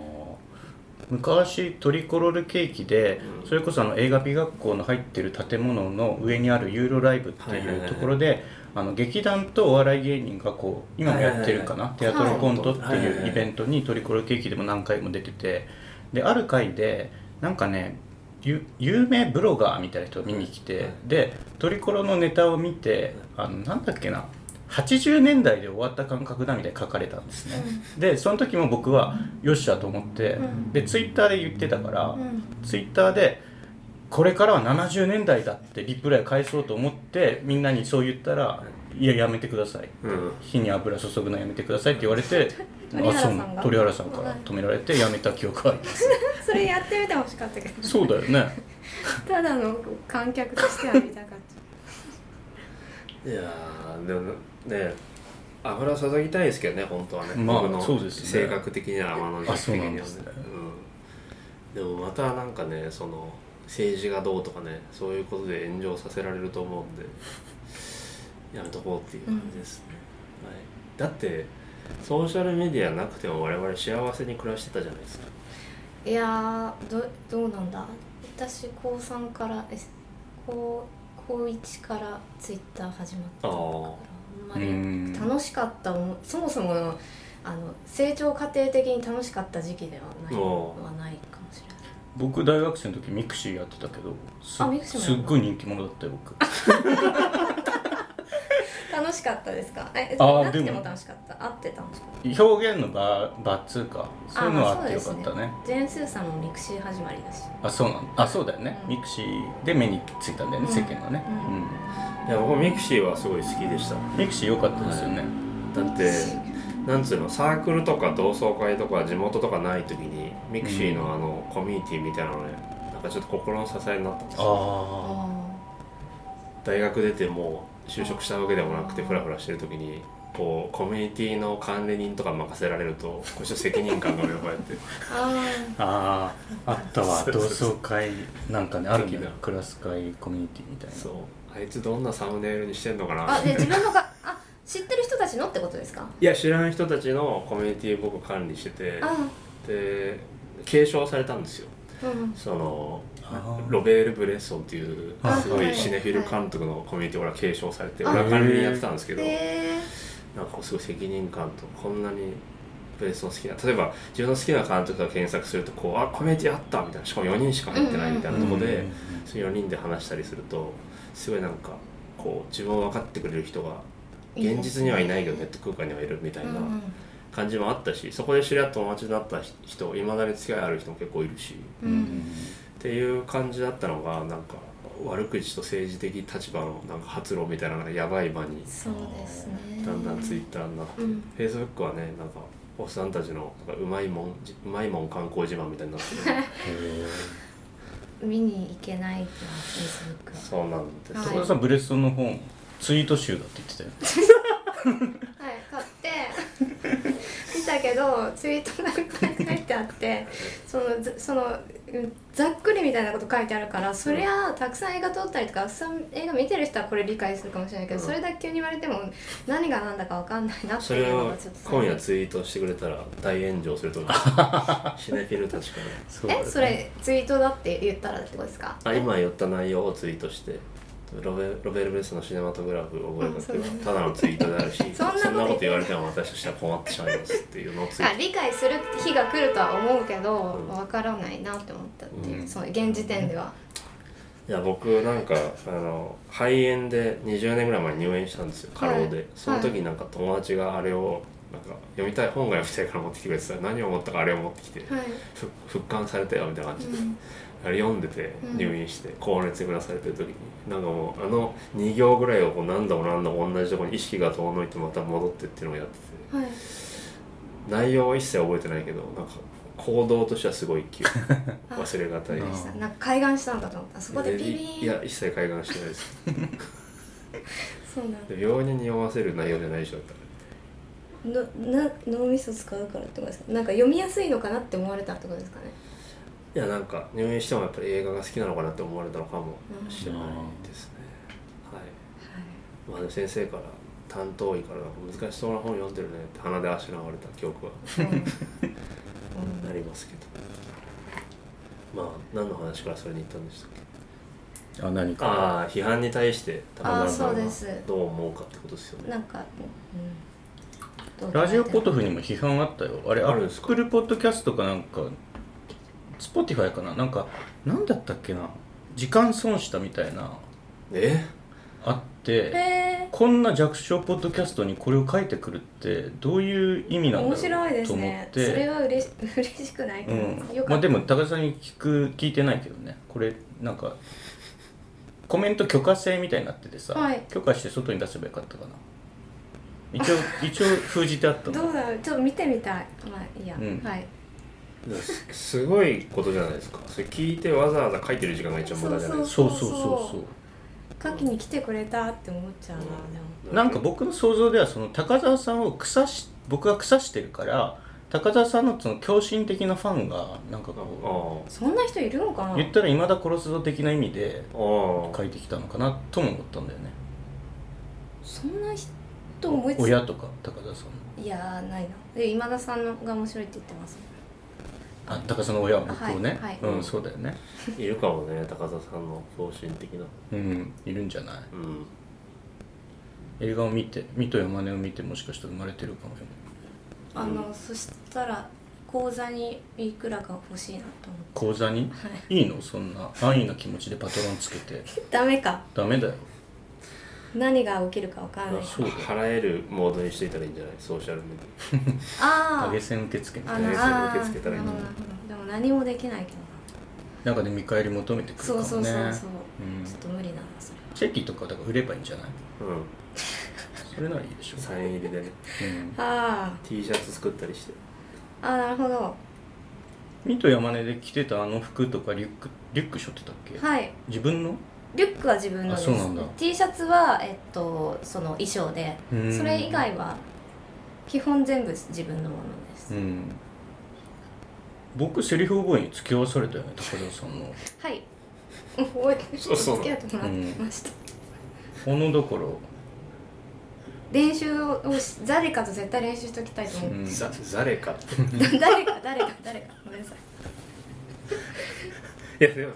昔トリコロールケーキでうんそれこそあの映画美学校の入ってる建物の上にあるユーロライブってはいはいいはういところであの劇団とお笑い芸人がこう今もやってるかなはテアトルコントってはいはいはいいうイベントにトリコロールケーキでも何回も出ててである回でなんかねゆ有名ブロガーみたいな人が見に来はいてでトリコロのネタを見てあのなんだっけな80年代で終わった感覚だみたいに書かれたんですね。でその時も僕はよっしゃと思って、うんでツイッターで言ってたから、いうんツイッターでこれからは70年代だってリプライ返そうと思ってみんなにそう言ったら「いややめてください」うん火に油注ぐのやめてください」って言われて 鳥原さんがあそう鳥原さんから止められてやめた記憶があ りますそれやってみてほしかったけどそうだよねただの観客としては見たかっいやーでもね油注ぎたいですけどね本当はね、まあ僕のそうですね性格的には天の弱あ的そうになはんねですねうん、でもまたなんかねその政治がどうとかねそういうことで炎上させられると思うんで やめとこうっていう感じですね、はい、だってソーシャルメディアなくても我々幸せに暮らしてたじゃないですかたいやーどどうなんだ私高3からえ高高1からツイッター始まったあからーあんまりん楽しかったもんそもそものあの成長過程的に楽しかった時期ではないおーはないかもしれない僕大学生の時ミクシーやってたけどすあミクシィもやするっのごい人気者だったよ僕楽しかったですかえあーなくてでもも楽しかった会って楽しかっ表現の場場っつうかたそういうのはあってよそかうっですたねジェーン・スーさんもミクシー始まりだしあそうなんあそうだよね、うんミクシーで目についたんだよね、うん世間がね、ういや僕ミクシーはすごい好きでしたうんミクシー良かったですよね、だってなんつうのサークルとか同窓会とか地元とかない時にミクシーのあのコミュニティみたいなのねなんかちょっと心の支えになったんですよあ大学出てもう就職したわけでもなくてフラフラしてる時にこうコミュニティの管理人とか任せられるとこうちょっと責任感が芽生えて ああああったわそう同そうそう窓会なんかねあるけ時どだクラス会コミュニティみたいなそうあいつどんなサムネイルにしてんのかあなあで自分のがあ知ってる人たちのってことですか いや知らん人たちのコミュニティ僕管理しててあで継承されたんですよーうんそのあーロベール・ブレッソンっていうあすごはいいシネフィル監督のコミュニティを俺は継承されてあ俺は管理人やってたんですけどへえなんかこうすごい責任感とこんなにブレッソン好きな例えば自分の好きな監督が検索するとこうあコミュニティあったみたいなしかも4人しか入ってないみたいなところで、うんその4人で話したりするとすごいなんかこう自分を分かってくれる人が現実にはいないけどネット空間にはいるみたいな感じもあったしそこで知り合った友達になった人いまだに付き合いある人も結構いるし。うんうんっていう感じだったのがなんか悪口と政治的立場のなんか発露みたいななんかやばい場にそうですねだんだんツイッターになって、うんフェイスブックはねなんかおっさんたちのなんかうまいもんじうまいもん観光自慢みたいに なってるへ見に行けないっていうのはフェイスブックはそうなんです、はーいそこでさブレストンの本ツイート集だって言ってたよはい買って見たけどツイートがいっぱい書いてあ ってそのずそのうんざっくりみたいなこと書いてあるからそりゃあたくさん映画撮ったりとかたくさん映画見てる人はこれ理解するかもしれないけど、うんそれだけ急に言われても何が何だかわかんないなってそいれうのをがちょっと今夜ツイートしてくれたら大炎上す ると思うシネフィルたちからそえそれツイートだって言ったらってことですかあ今言った内容をツイートしてロベロベル・ベルスのシネマトグラフ覚えたっていうのはただのツイートであるしそんなことこと言われても私としては困ってしまいますっていうのをツイあー理解する日が来るとは思うけど、うんわからないなって思ったっていう、うんその現時点では、トいや僕なんかあの肺炎で20年ぐらい前に入院したんですよ過労で、はいその時になんか友達があれをなんか読みたい本が読みたいから持ってきてくれてたら何を持ったかあれを持ってきてはい、ふ復刊されたよみたいな感じで、うんあれ読んでてうん入院して高熱で下されてる時に、なんかもうあの2行ぐらいをこう何度も何度も同じところに意識が遠のいてまた戻ってっていうのをやっててはい、内容は一切覚えてないけどなんか行動としてはすごい 急忘れがたいあでしたなんか海岸したんだと思ったそこでピビーンいや一切開眼してないですそうなんだで病人に酔わせる内容じゃないでしょだったらのな脳みそ使うからってことですかなんか読みやすいのかなって思われたってことですかねいやなんか入院してもやっぱり映画が好きなのかなって思われたのかもしれないですね、はい まあ、でも先生から担当医から難しそうな本読んでるねって鼻であしらわれた記憶ははい、うんありますけどまあ何の話からそれに行ったんでしたっけあ何かああ批判に対してあ高あ田さそうんではすどう思うかってことですよねなんか、うん、ラジオポトフフにも批判あったよあれあアるんですッかプルポッドキャストかなんかスポティファイかななんかなんだったっけな時間損したみたいなえあってえこんな弱小ポッドキャストにこれを書いてくるってどういう意味ー、なんだろう面白いですと思ねっそてれは嬉し嬉しくないけうど、よん、かまっあた、でも高田さんに聞く聞いてないけどねこれなんかコメント許可制みたいになっててさ、はい許可して外に出せばよかったかな一 応一応封じてあったのどうだろうちょっと見てみたいまあいいや、うんはいすすごいことじゃないですかそれ聞いてわざわざ書いてる時間が一番無駄じゃないですかそうそうそうそう書きに来てくれたって思っちゃうな、でもなんか僕の想像ではその高澤さんを腐し僕が腐してるから高澤さんのその狂信的なファンがなんかこあそんな人いるのかなう言ったら今だ殺すぞ的な意味であああ書いてきたのかなとも思ったんだよねそんな人思いつ親とか高澤さんのいやーないなで今田さんのが面白いって言ってますあ高澤さんの親は僕をね、はいはいうんそうだよねいるかもね高田さんの狂心的なうんいるんじゃないうん映画を見て水戸山根を見てもしかしたら生まれてるかもよあの、そしたら口座にいくらか欲しいなと思っ口座にて、はい、いいのそんな安易な気持ちでパトロンつけてダメかダメだよ何が起きるかわからないそうだよ払えるモードにしていたらいいんじゃないソーシャルメディあ投あげ銭受付みたあいのな投げあ銭あ受け付けたらいいなるほどなるほどでも何もできないけどな中で見返り求めてくるかそもうねそうそうそう、うんちょっと無理なのそれチェキとかだから売ればいいんじゃないアうんそれならいいでしょサイン入りでねうんあ T シャツ作ったりしてあああなるほど水戸山根で着てたあの服とかリュックリュック背負ってたっけはい自分のリュックは自分のであそうなんだす T シャツは、えっと、その衣装でうんそれ以外は基本全部自分のものです、うん僕セリフ覚えに付き合わされたよね高田さんのはい覚えてるそうそう付き合ってもらってました、小野どころ練習をし誰かと絶対練習しておきたいと思って、うんざ誰かって 誰か誰か誰かごめんなさいいやで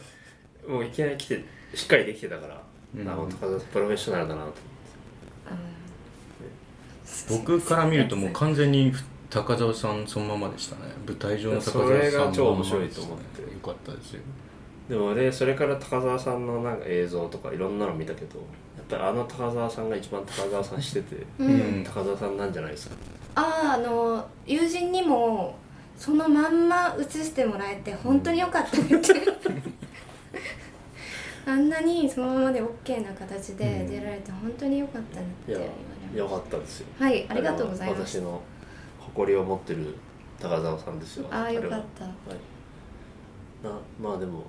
ももういきなり来てしっかりできてたから、うんあ高田さんプロフェッショナルだなと思ってうん僕から見るともう完全に高澤さんそのままでしたね舞台上の高澤さんそれが超面白いと思ってよかったですよでも俺それから高澤さんのなんか映像とかいろんなの見たけどやっぱりあの高澤さんが一番高澤さんしててうん、うん高澤さんなんじゃないですかあああの友人にもそのまんま写してもらえて本当に良かったねって あんなにそのままで OK な形で出られて本当に良かったねっていや言われよまかったですよしたはいありがとうございまあすれは私の誇りを持ってる高澤さんですよああれよはかっはい、なまあでも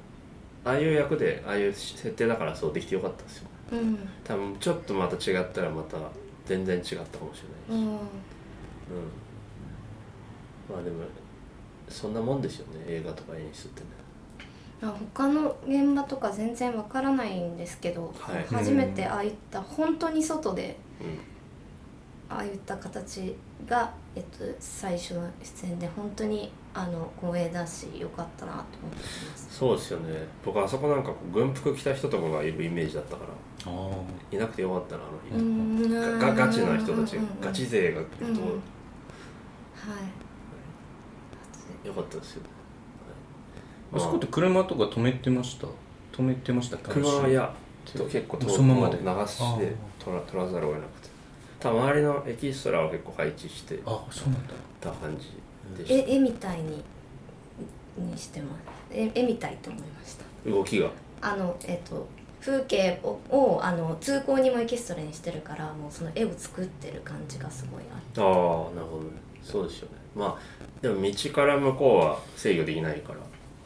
ああいう役でああいう設定だからそうできてよかったですよたうん多分ちょっとまた違ったらまた全然違ったかもしれうなんいし、うん、まあでもそんなもんですよね映画とか演出ってねあ他の現場とか全然わからないんですけど、はい初めてああいった本当に外でうああいった形が、えっと、最初の出演で本当にあの光栄だし良かったなと思ってまんすそうですよね僕あそこなんかこう軍服着た人とかがいるイメージだったからあーいなくてよかったなあのう日、んがガチな人たちうんうんうんガチ勢がいるとうんうんよかったですよ、あそこって車とか止めてました止めてました車はやと結構そのままで流しで取ら取らざるを得なくてた周りのエキストラを結構配置してあそうなんだた感じではいし絵絵みたいににしてます絵絵みたいと思いましたた動きがあのえっ、と風景ををあの通行にもエキストラにしてるからもうその絵を作ってる感じがすごいあるああなるほどねそうですよねまあでも道から向こうは制御できないから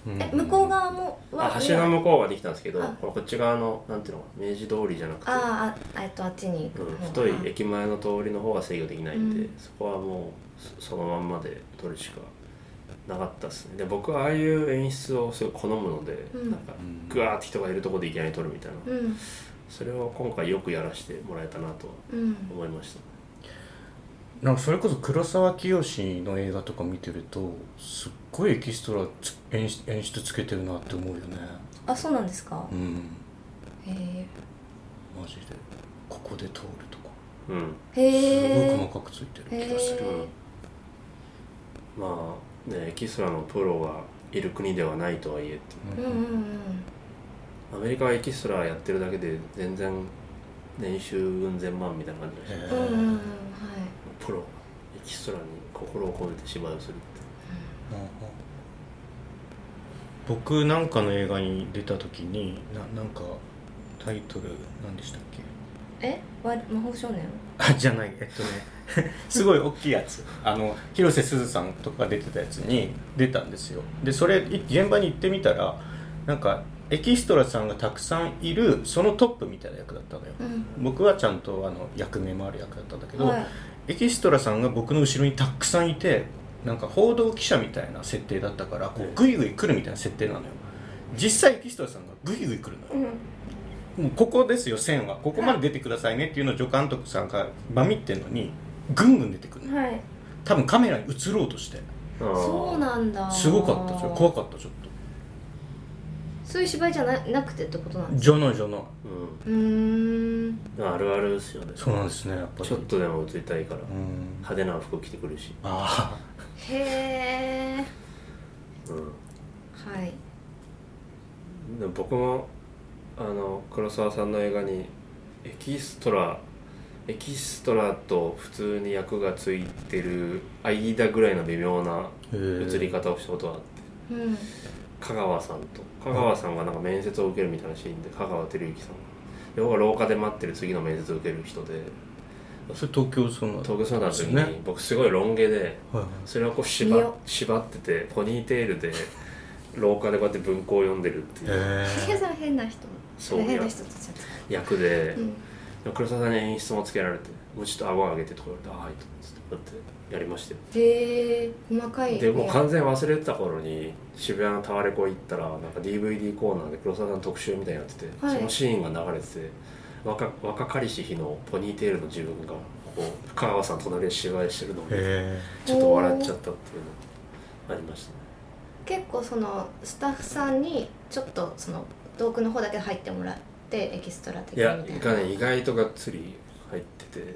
え向こう側もあ橋のも向こうはできたんですけどあこのこっち側のなんていうのかな明治通りじゃなくてあーあえっとあっちに行くうん、方太い駅前の通りの方が制御できないんで、うんそこはもうそそのまんまで撮るしかなかったですねで僕はああいう演出をすごい好むので、うんなんかうんグワーって人がいるとこでいきなり撮るみたいな、うんそれを今回よくやらせてもらえたなとはうん思いました、なんかそれこそ黒沢清の映画とか見てるとすっごいエキストラつ演出演出つけてるなって思うよねあそうなんですかうんへマジでここで通るとかうんえすごへいえ細かくついてるへ気がする、えまあねエキストラのプロがいる国ではないとはいえってううんんうんアメリカはエキストラやってるだけで全然年収うん千万みたいな感じでした、うんうんうんうんはいプロがエキストラに心を込めて芝居をするって僕なんかの映画に出た時にななんかタイトル何でしたっけえわ魔法少年あじゃないえっとねすごい大きいやつあの広瀬すずさんとか出てたやつに出たんですよでそれい現場に行ってみたらなんかエキストラさんがたくさんいるそのトップみたいな役だったのようん僕はちゃんとあの役名もある役だったんだけど、はいエキストラさんが僕の後ろにたくさんいてなんか報道記者みたいな設定だったからこうんうグイグイ来るみたいな設定なのよ実際エキストラさんがグイグイ来るのようんもうここですよ線はここまで出てくださいねっていうのを助監督さんがバミってんのにぐんぐん出てくるのよはい多分カメラに映ろうとしてそうなんだすごかったですよ怖かったちょっとそういう芝居じゃななくてってことなんですじゃないじゃないううーんんあるあるですよねそうなんですねやっぱりちょっとでも映りたいからうん派手な服着てくるし、あへえうはいん、でも僕もあの黒沢さんの映画にエキストラエキストラと普通に役がついてる間ぐらいの微妙なあ映映り方をしたことがあってうん香川さんと香川さんがなんか面接を受けるみたいなシーンで香川照之さんで僕は廊下で待ってる次の面接を受ける人でそれ東京その東京そうだった時ですにね僕すごいロン毛ではいはいそれをこう見縛よ縛っててポニーテールで廊下でこうやって文庫を読んでるっていうへ武え井さん 変な人そう変な人って言っちゃっ役でた、うん黒沢さんに演出もつけられて「もうちょっと顎上げて」とか言われて「ああーはい」とか言ってこうやってやりましたよへえ細かいでもう完全に忘れてた頃に渋谷のタワレコ行ったらなんか DVD コーナーで黒沢さんの特集みたいになってて、はいそのシーンが流れてて若若かりし日のポニーテールの自分がこう香川さん隣で芝居してるのを見てへちょっと笑っちゃったっていうのがありましたね結構そのスタッフさんにちょっとその遠くの方だけ入ってもらってエキストラ的いにやみたいがなね意外とがっつり入ってて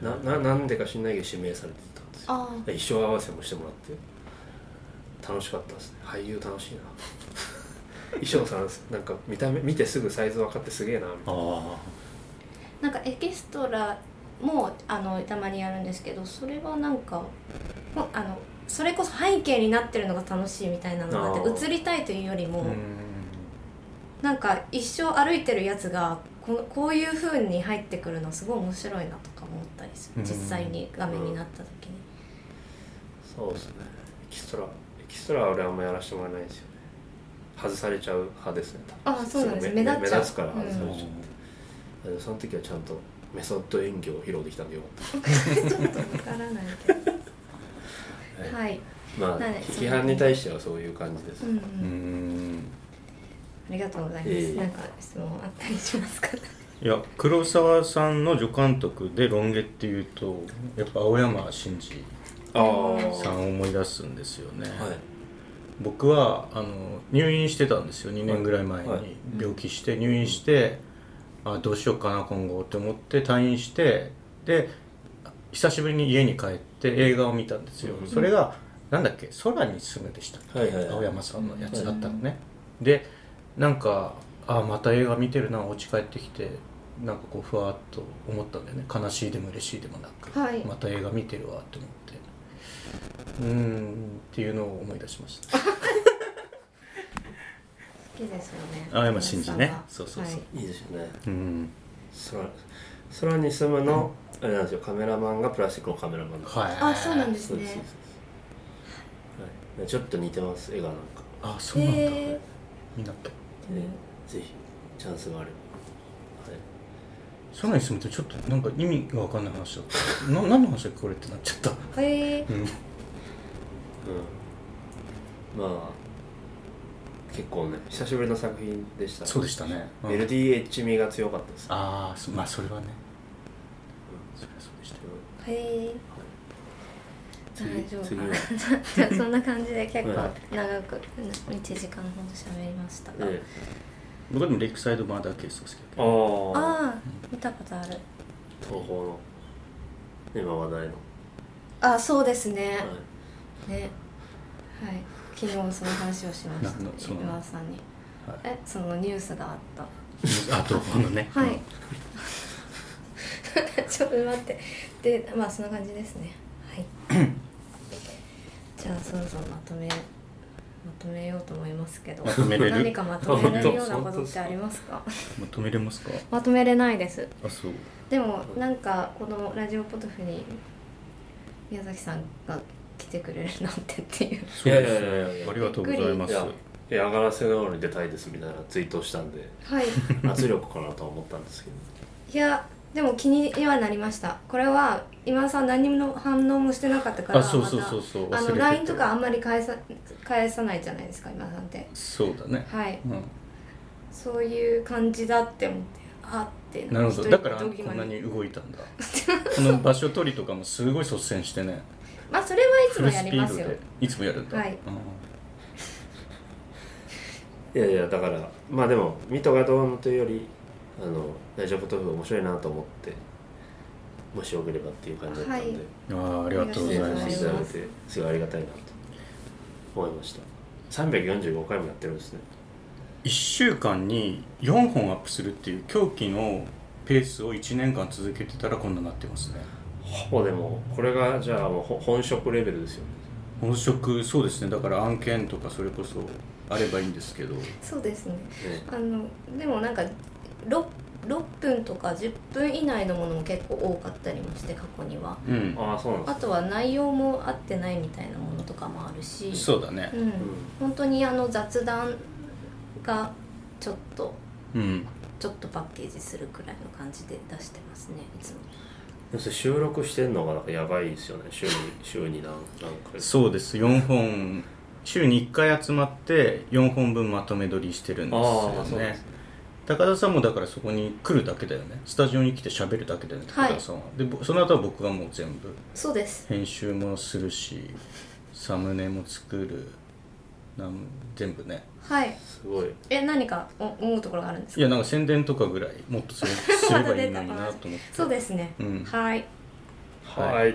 なななんでか知んないけど指名されてたんですよあー衣装合わせもしてもらって楽しかったですね俳優楽し いな衣装さんなんか見た目見てすぐサイズ分かってすげえなみたいあなんかエキストラもあのたまにやるんですけどそれはなんかもうあのそれこそ背景になってるのが楽しいみたいなのがああっーて映りたいというよりも、あなんか一生歩いてるやつがここういう風に入ってくるのすごい面白いなとか思ったりするうん実際に画面になった時 に、なそうですねエキストラエキストラは俺あんまやらせてもらえないんですよね外されちゃう派ですね多分あそうなんですぐめ目立っちゃう目立つから外されちゃうんう、でその時はちゃんとメソッド演技を披露できたんでよかっちょっとわからないけどはいはい、たまあなんで批判に対してはそういう感じです、うんうんうーんありがとうございます、いえいえなんか質問あったりしますかいや黒沢さんの助監督でロン毛っていうとやっぱ青山真司ああさんを思い出すんですよね、はい僕はあの入院してたんですよ2年ぐらい前に、はい病気して入院して、あどうしようかな今後って思って退院してで久しぶりに家に帰って映画を見たんですよ、うんそれがなんだっけ「空に住む」でしたっけ、はいはいはい青山さんのやつだったのね、でなんかあまた映画見てるなお家帰ってきてなんかこうふわっと思ったんだよね悲しいでも嬉しいでもなく、はいまた映画見てるわって思ってうーんっていうのを思い出しました好きですよね青山真司ね皆さんがそうそうそうはいいいですよねうん空空に住むの、あれなんですよカメラマンがプラスチックのカメラマンだはいあそうなんそうでですすそうですねはい、ちょっと似てます絵がなんか、あそうなんだ、へ見なきゃうんねぜひチャンスがあれば、はい空に住むとちょっとなんか意味が分かんない話だったな何の話だっけこれってなっちゃったーへえうんうん、まあ結構ね久しぶりの作品でした、そうでしたね、うんメルディエッジ味が強かったですああそまあそれはねそれはそうでしたよへえうん大丈夫次 かはなじゃあそんな感じで結構は長く1時間ほど喋りましたが、ええ僕でもレイクサイドマーダーケースが好きだけあどあああ見たことある東宝の今話題の、あそうですね、はいねはい昨日その話をしましたななそうなの今田さんに、はいえそのニュースがあっ たあとこのねはい、 ちょっと待ってでまあそんな感じですねはいじゃあそろそろまとめまとめようと思いますけどまとめれる何かまとめられるようなことってありますかまとめれますかまとめれないですあそうでもなんかこのラジオポトフに宮崎さんが来てくれるなんてっていうそうやいでやすいやいやありがとうございまいすやいや上がらせ顔に出たいですみたいなツイートしたんではい圧力かなとは思ったんですけどいやでも気にはなりましたこれは今田さん何の反応もしてなかったからあそうそうそうそうまた忘れてあのて LINE とかあんまり返さ返さないじゃないですか今田さんってそうだねはいうんそういう感じだって思ってあってなるほどだからこ一人んなにドギマギ動いたんだこの場所取りとかもすごい率先してねまあそれはいつフもルやスピりまーすドよでいつもやるんだはいうんいやいやだからまあでもミトがどうのというよりあの大丈夫豆腐面白いなと思ってもしよければっていう感じだったんで、はいあーありがとうご出ざい演まさせすていただいてすごいありがたいなと思いました345回もやってるんですね1週間に4本アップするっていう狂気のペースを1年間続けてたらこんなになってますねほぼでもこれがじゃあもうほ本職レベルですよね本職そうですねだから案件とかそれこそあればいいんですけどそうですねねあのでもなんか 6, 6分とか10分以内のものも結構多かったりもして過去にはうんああそうなんであすとは内容も合ってないみたいなものとかもあるしそうだねうんうん、本当にあの雑談がちょっとうんちょっとパッケージするくらいの感じで出してますねいつもでもそれ収録してんのがなんかやばいですよね週に週に何何回そうです4本週に1回集まって4本分まとめ撮りしてるんですああそようでねす高田さんもだからそこに来るだけだよねスタジオに来て喋るだけだよねはい高田さんは、でぼその後は僕がもう全部そうです編集もするしサムネも作るなん全部ねはいすごいえ何かお思うところがあるんですいかやなんか宣伝とかぐらいもっとすれすればいいのになと思って そうですね、うんはいははいい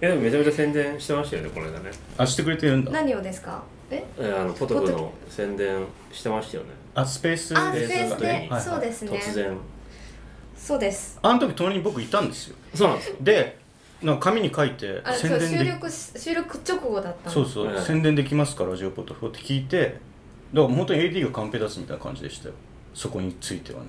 えでもめちゃめちゃ宣伝してましたよねこの間ねあしてくれてるんだ何をですかええーあのポトフの宣伝してましたよねあスペースあスでペースとねで、そうですすね突然そうですあの時隣に僕いたんですよそうなんですよでなんか紙に書いてあそ宣う収伝で録し収録直後だったのそうそう、はい宣伝できますからラジオポトフって聞いてだから本当に AD がカンペ出すみたいな感じでしたよそこについてはね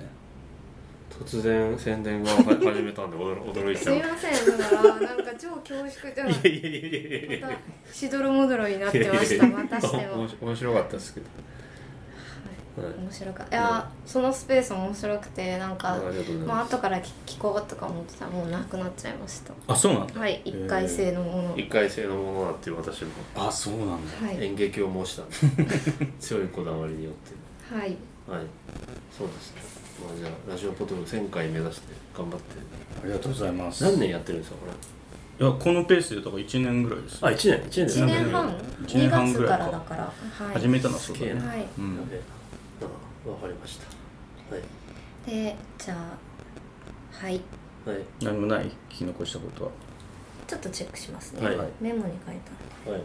突然宣伝が始めたんで驚驚いちすゃうみま せんだからなんか超恐縮ではいやいやいやいやいやまたしどろもどろになってましたまたしても面白面白かったですけど、はい面白かいやそのスペース面白くてなんかありがとうございまあます後から聞聞こうとか思ってたらもうなくなっちゃいましたあそうなんだはい一回生のもの一回生のものだっていう私のあそうなんだはい演劇を申したんで 強いこだわりによっはいてはいそうですねまあじゃあラジオポトフ1000回目指して頑張ってありがとうございます何年やってるんですかこれいやこのペースでだから1年ぐらいですよあ1年1年です1年半一2年半月ぐからいからだからはい始めたのはそうだねはいうんやべえあわかりましたでじゃあはいはい何もない聞き残したことはちょっとチェックしますね、はいはいメモに書いたはい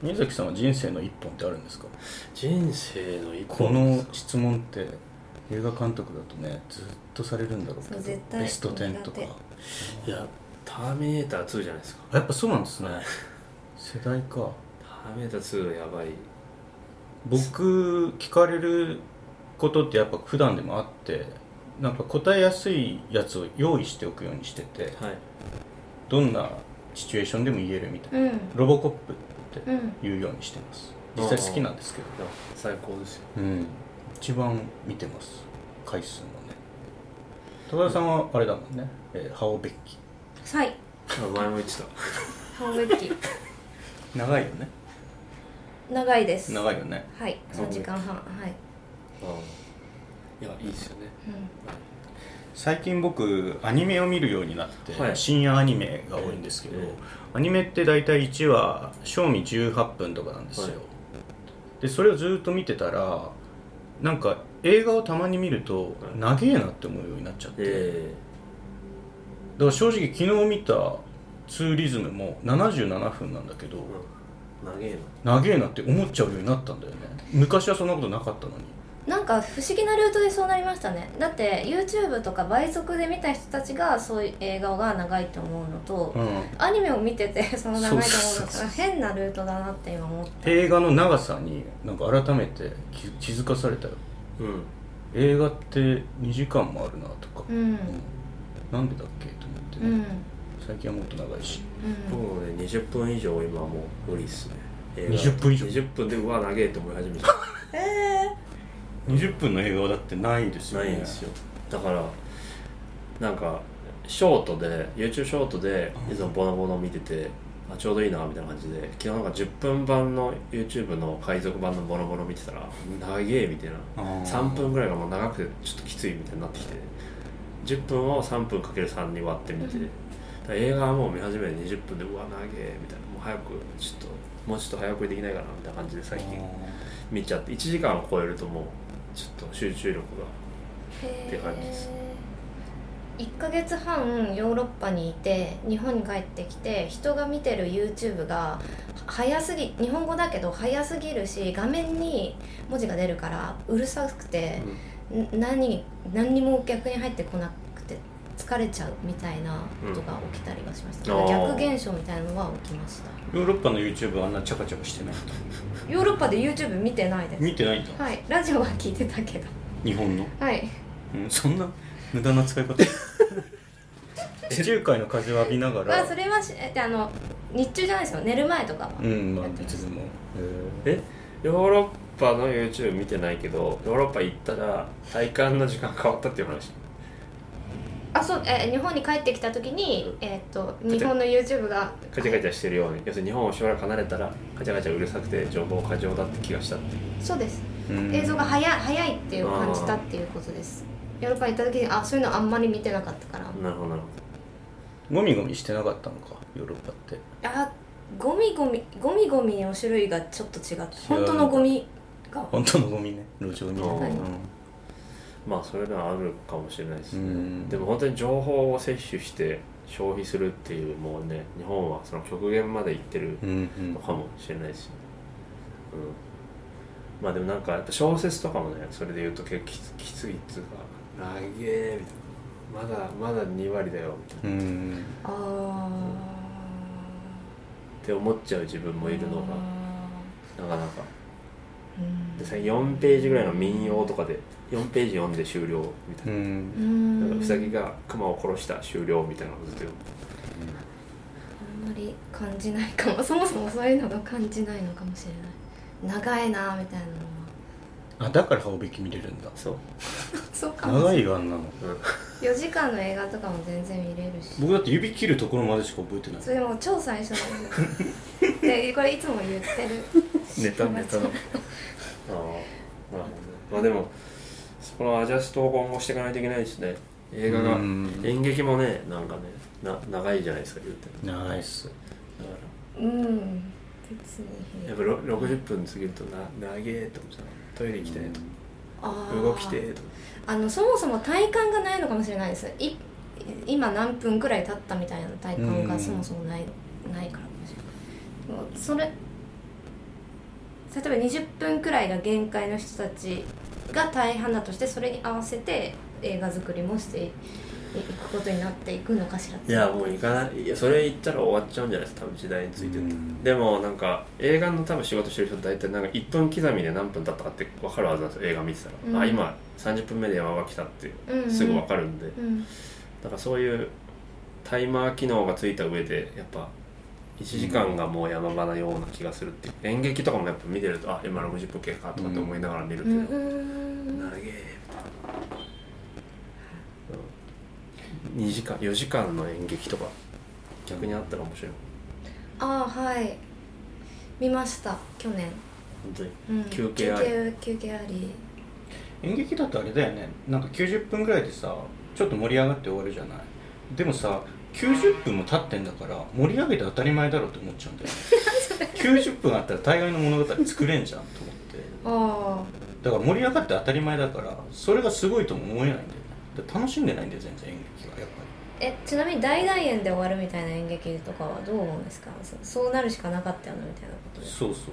宮崎さんは人生の一本ってあるんですか人生の一こ本の質問って映画監督だとねずっとされるんだろうけそうど絶対ベスト10とか苦いやターミネーター2じゃないですかやっぱそうなん ですね世代かターミネーター2はやばい僕聞かれることってやっぱ普段でもあってなんか答えやすいやつを用意しておくようにしててはいどんなシチュエーションでも言えるみたいな、うんロボコップってうん言うようにしてます実際好きなんですけど、いや最高ですようん、一番見てます回数もね高田さんはあれだもんね、えー、ハオベッキサイあ前も言ってた半分期長いよね長いです長いよねはい3時間半はい、いやいいですよねう最近僕アニメを見るようになって、はい深夜アニメが多いんですけど、ええアニメって大体1話賞味18分とかなんですよ、はいでそれをずっと見てたらなんか映画をたまに見るとはい長えなって思うようになっちゃって、えだから正直昨日見たツーリズムも77分なんだけど、えうん長え長えなって思っちゃうようになったんだよね昔はそんなことなかったのにん、なんか不思議なルートでそうなりましたねだって YouTube とか倍速で見た人たちがそういう映画が長いと思うのと、うんアニメを見てて その長いと思うそうそうのそうと変なルートだなって今思って映画の長さになんか改めて気気づかされたよなうん映画って2時間もあるなとか、うんうんなんでだっけと思ってうね、んうん最近はもっと長いしもうね20分以上今もう無理っすね映画20分以上20分でうわ長えって思い始めちゃうええ20分の映画はだってないですよなねいんですよだからなんかショートで YouTube ショートでいつもボノボノ見ててあちょうどいいなみたいな感じで昨日なんか10分版の YouTube の海賊版のボノボノ見てたら長えみたいなあー3分ぐらいがもう長くてちょっときついみたいになってきて10分を3分かける3に割ってみてうんだから映画はもう見始めて20分でうわ長えみたいなもう早くちょっともうちょっと早くできないかなみたいな感じで最近見ちゃって1時間を超えるともうちょっと集中力がって感じです1ヶ月半ヨーロッパにいて日本に帰ってきて人が見てる YouTube が早すぎ日本語だけど早すぎるし画面に文字が出るからうるさくて、ん何何にも逆に入ってこなくて疲れちゃうみたいなことが起きたりはしました、うん逆現象みたいなのは起きましたヨーロッパの YouTube あんなチャカチャカしてないヨーロッパで YouTube 見てないです見てないんだはいラジオは聞いてたけど日本の、はいうん、そんな無駄な使い方 地中海の風を浴びながまあらそれはしえあの日中じゃないですよ寝る前とかは、うんまあいつでも、えヨーロッパの YouTube 見てないけどヨーロッパ行ったら体感の時間変わったっていう話あそうえー日本に帰ってきた時に、えーっとて日本の YouTube がカチャカチャしてるように要するに日本をしばらく離れたらカチャカチャうるさくて情報過剰だって気がしたっていうそうですうん映像が早い早いっていう感じたっていうことですヨーロッパに行った時にあそういうのあんまり見てなかったからなるほどなるほゴミゴミしてなかったのかヨーロッパってあゴミゴミゴミゴミの種類がちょっと違って本当のゴミが本当のゴミね路上にね、はいうんどまあそれがあるかもしれないですね、うんでも本当に情報を摂取して消費するっていうもうね日本はその極限まで行ってるうんのかもしれないですよね、うん、まあでもなんかやっぱ小説とかもねそれで言うと結構きつきついっつうか「なげえ」みたいな「まだまだ2割だよ」みたいなうんうんああって思っちゃう自分もいるのがなかなかうんで最近4ページぐらいの民謡とかで4ページ読んで終了みたいうな,、んうんなんかウサギが熊を殺した終了みたいなのをずっと読むあんまり感じないかもそ もそもそういうのが感じないのかもしれない長いなみたいなのはあだから羽き見れるんだそう そうかも長いよあんなの4時間の映画とかも全然見れるし僕だって指切るところまでしか覚えてないそれもう超最 初のでこれいつも言ってるネタネタのああなるほどねまあでもそのアジャストを今後していかないといけないですね映画がうん演劇もねなんかねな長いじゃないですか言うて長いっすだかうん別らにやっぱろ60分過ぎるとな長えって思っちゃうトイレ行きたいとああー動きてとあのそもそも体感がないのかもしれないですい今何分くらい経ったみたいな体感うがんそもそもないないからかもしれないでもそれ例えば20分くらいが限界の人たちが大半だとしてそれに合わせて映画作りもしていいくことになっていくのかしらいやもう行かないいやそれ言ったら終わっちゃうんじゃないですか多分時代についてってうんでもなんか映画の多分仕事してる人大体なんか1分刻みで何分経ったかって分かるはずなんですよ映画見てたら、うんあ今30分目で山が来たってうんうんすぐ分かるんで、だうんからそういうタイマー機能がついた上でやっぱ1時間がもう山場なような気がするっていう演劇とかもやっぱ見てるとあ今60分経過とかって思いながら見るけうど、んうん長えみたいな2時間4時間の演劇とか逆にあったら面白いああはい見ました去年、本当にうん、休憩あり休憩休憩あり演劇だとあれだよねなんか90分ぐらいでさちょっと盛り上がって終わるじゃないでもさ90分も経ってんだから盛り上げて当たり前だろうと思っちゃうん だよね90分あったら大概の物語作れんじゃんと思ってああだから盛り上がって当たり前だからそれがすごいとも思えないんだよねだから楽しんでないんだよ全然演劇はやっぱえちなみに大団円で終わるみたいな演劇とかはどう思うんですかそそうなるしかなかったよなみたいなことりですそうそう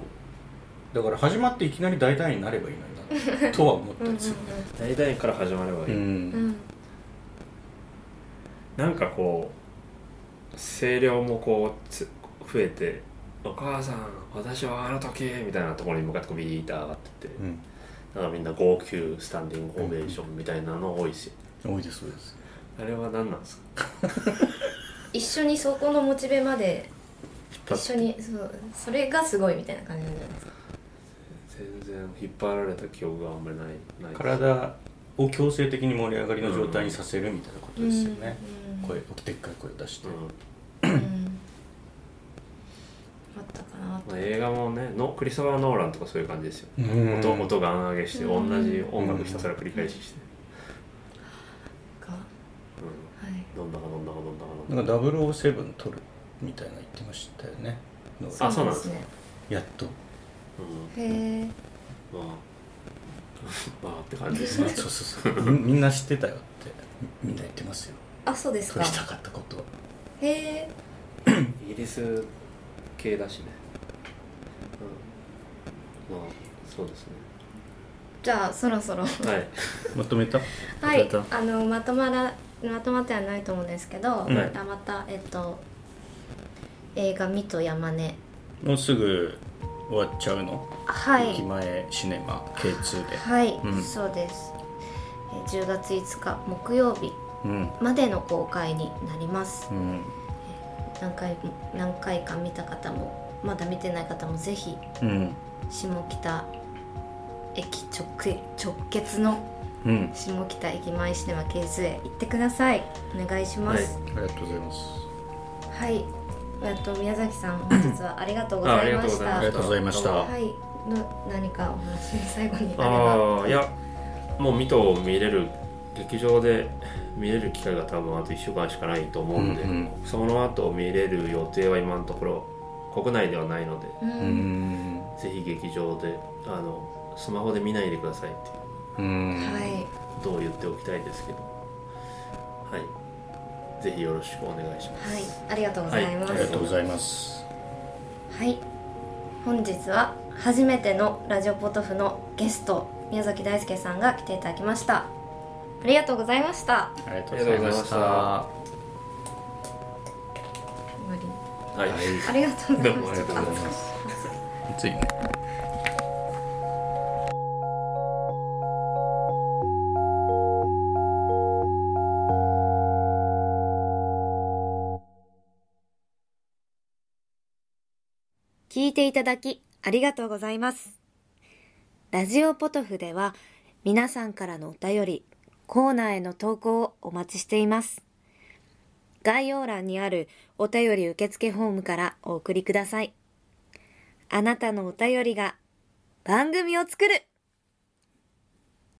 だから始まっていきなり大団員になればいいのになとは思ったうんうんりする大団円から始まればいい、うんうんなんかこう声量もこうつ増えて「お母さん私はあの時」みたいなところに向かってこうビーッと上がってってうんなんかみんな号泣スタンディングオベーションみたいなの多いし、多いです多いですあれは何なんですか一緒にそこのモチベまで一緒にそうそれがすごいみたいな感じなんじゃないですか全然引っ張られた記憶があんまりないないです体を強制的に盛り上がりの状態にさせるみたいなことですよね、うん声でっかい声出して、うんうんあったかなまあ、映画もねのクリストファー・ノーランとかそういう感じですよ、うん音音がん上げして同うんじ音楽ひたすら繰り返しして、かはういん、どんだかどんだかどんだかどんだなんか007撮るみたいな言ってましたよねのあそうなんですねやっとか、へえうん、まあ まあって感じですそうねそうそうみみんな知ってたよってみみんな言ってますよあそうです撮かりたかったことはへえイギリス系だしね、うん、まあそうですねじゃあそろそろはいまとめたはいどうぞ、あのまとまらまとまってはないと思うんですけど、うんあまたえっと映画「ミと山根もうすぐ終わっちゃうの」は駅い前シネマ K2 ではい、うんそうですえー10月5日木曜日うんまでの公開になりますうん何回も何回か見た方もまだ見てない方もぜひうん下北駅直直結のうん下北駅前シネマ K2 へ行ってくださいお願いします、はいありがとうございますはい。えっと宮崎さん本日はありがとうございました。ありがとうございましたどうもはい。の何かお話最後にあれば。ああいやもうミトを見れる劇場で 見れる機会が多分あと1週間しかないと思うんで、うんうんその後見れる予定は今のところ国内ではないのでうん。うーんぜひ劇場であのスマホで見ないでくださいってうんはい。どう言っておきたいですけどはいぜひよろしくお願いします、はい。ありがとうございます。ありがとうございますはい。本日は初めてのラジオポトフのゲスト宮崎大輔さんが来ていただきました。ありがとうございました。ありがとうございました終わりはい ありがとうございました。すついね聞いていただきありがとうございます。ラジオポトフでは皆さんからのお便り、コーナーへの投稿をお待ちしています。概要欄にあるお便り受付フォームからお送りください。あなたのお便りが番組を作る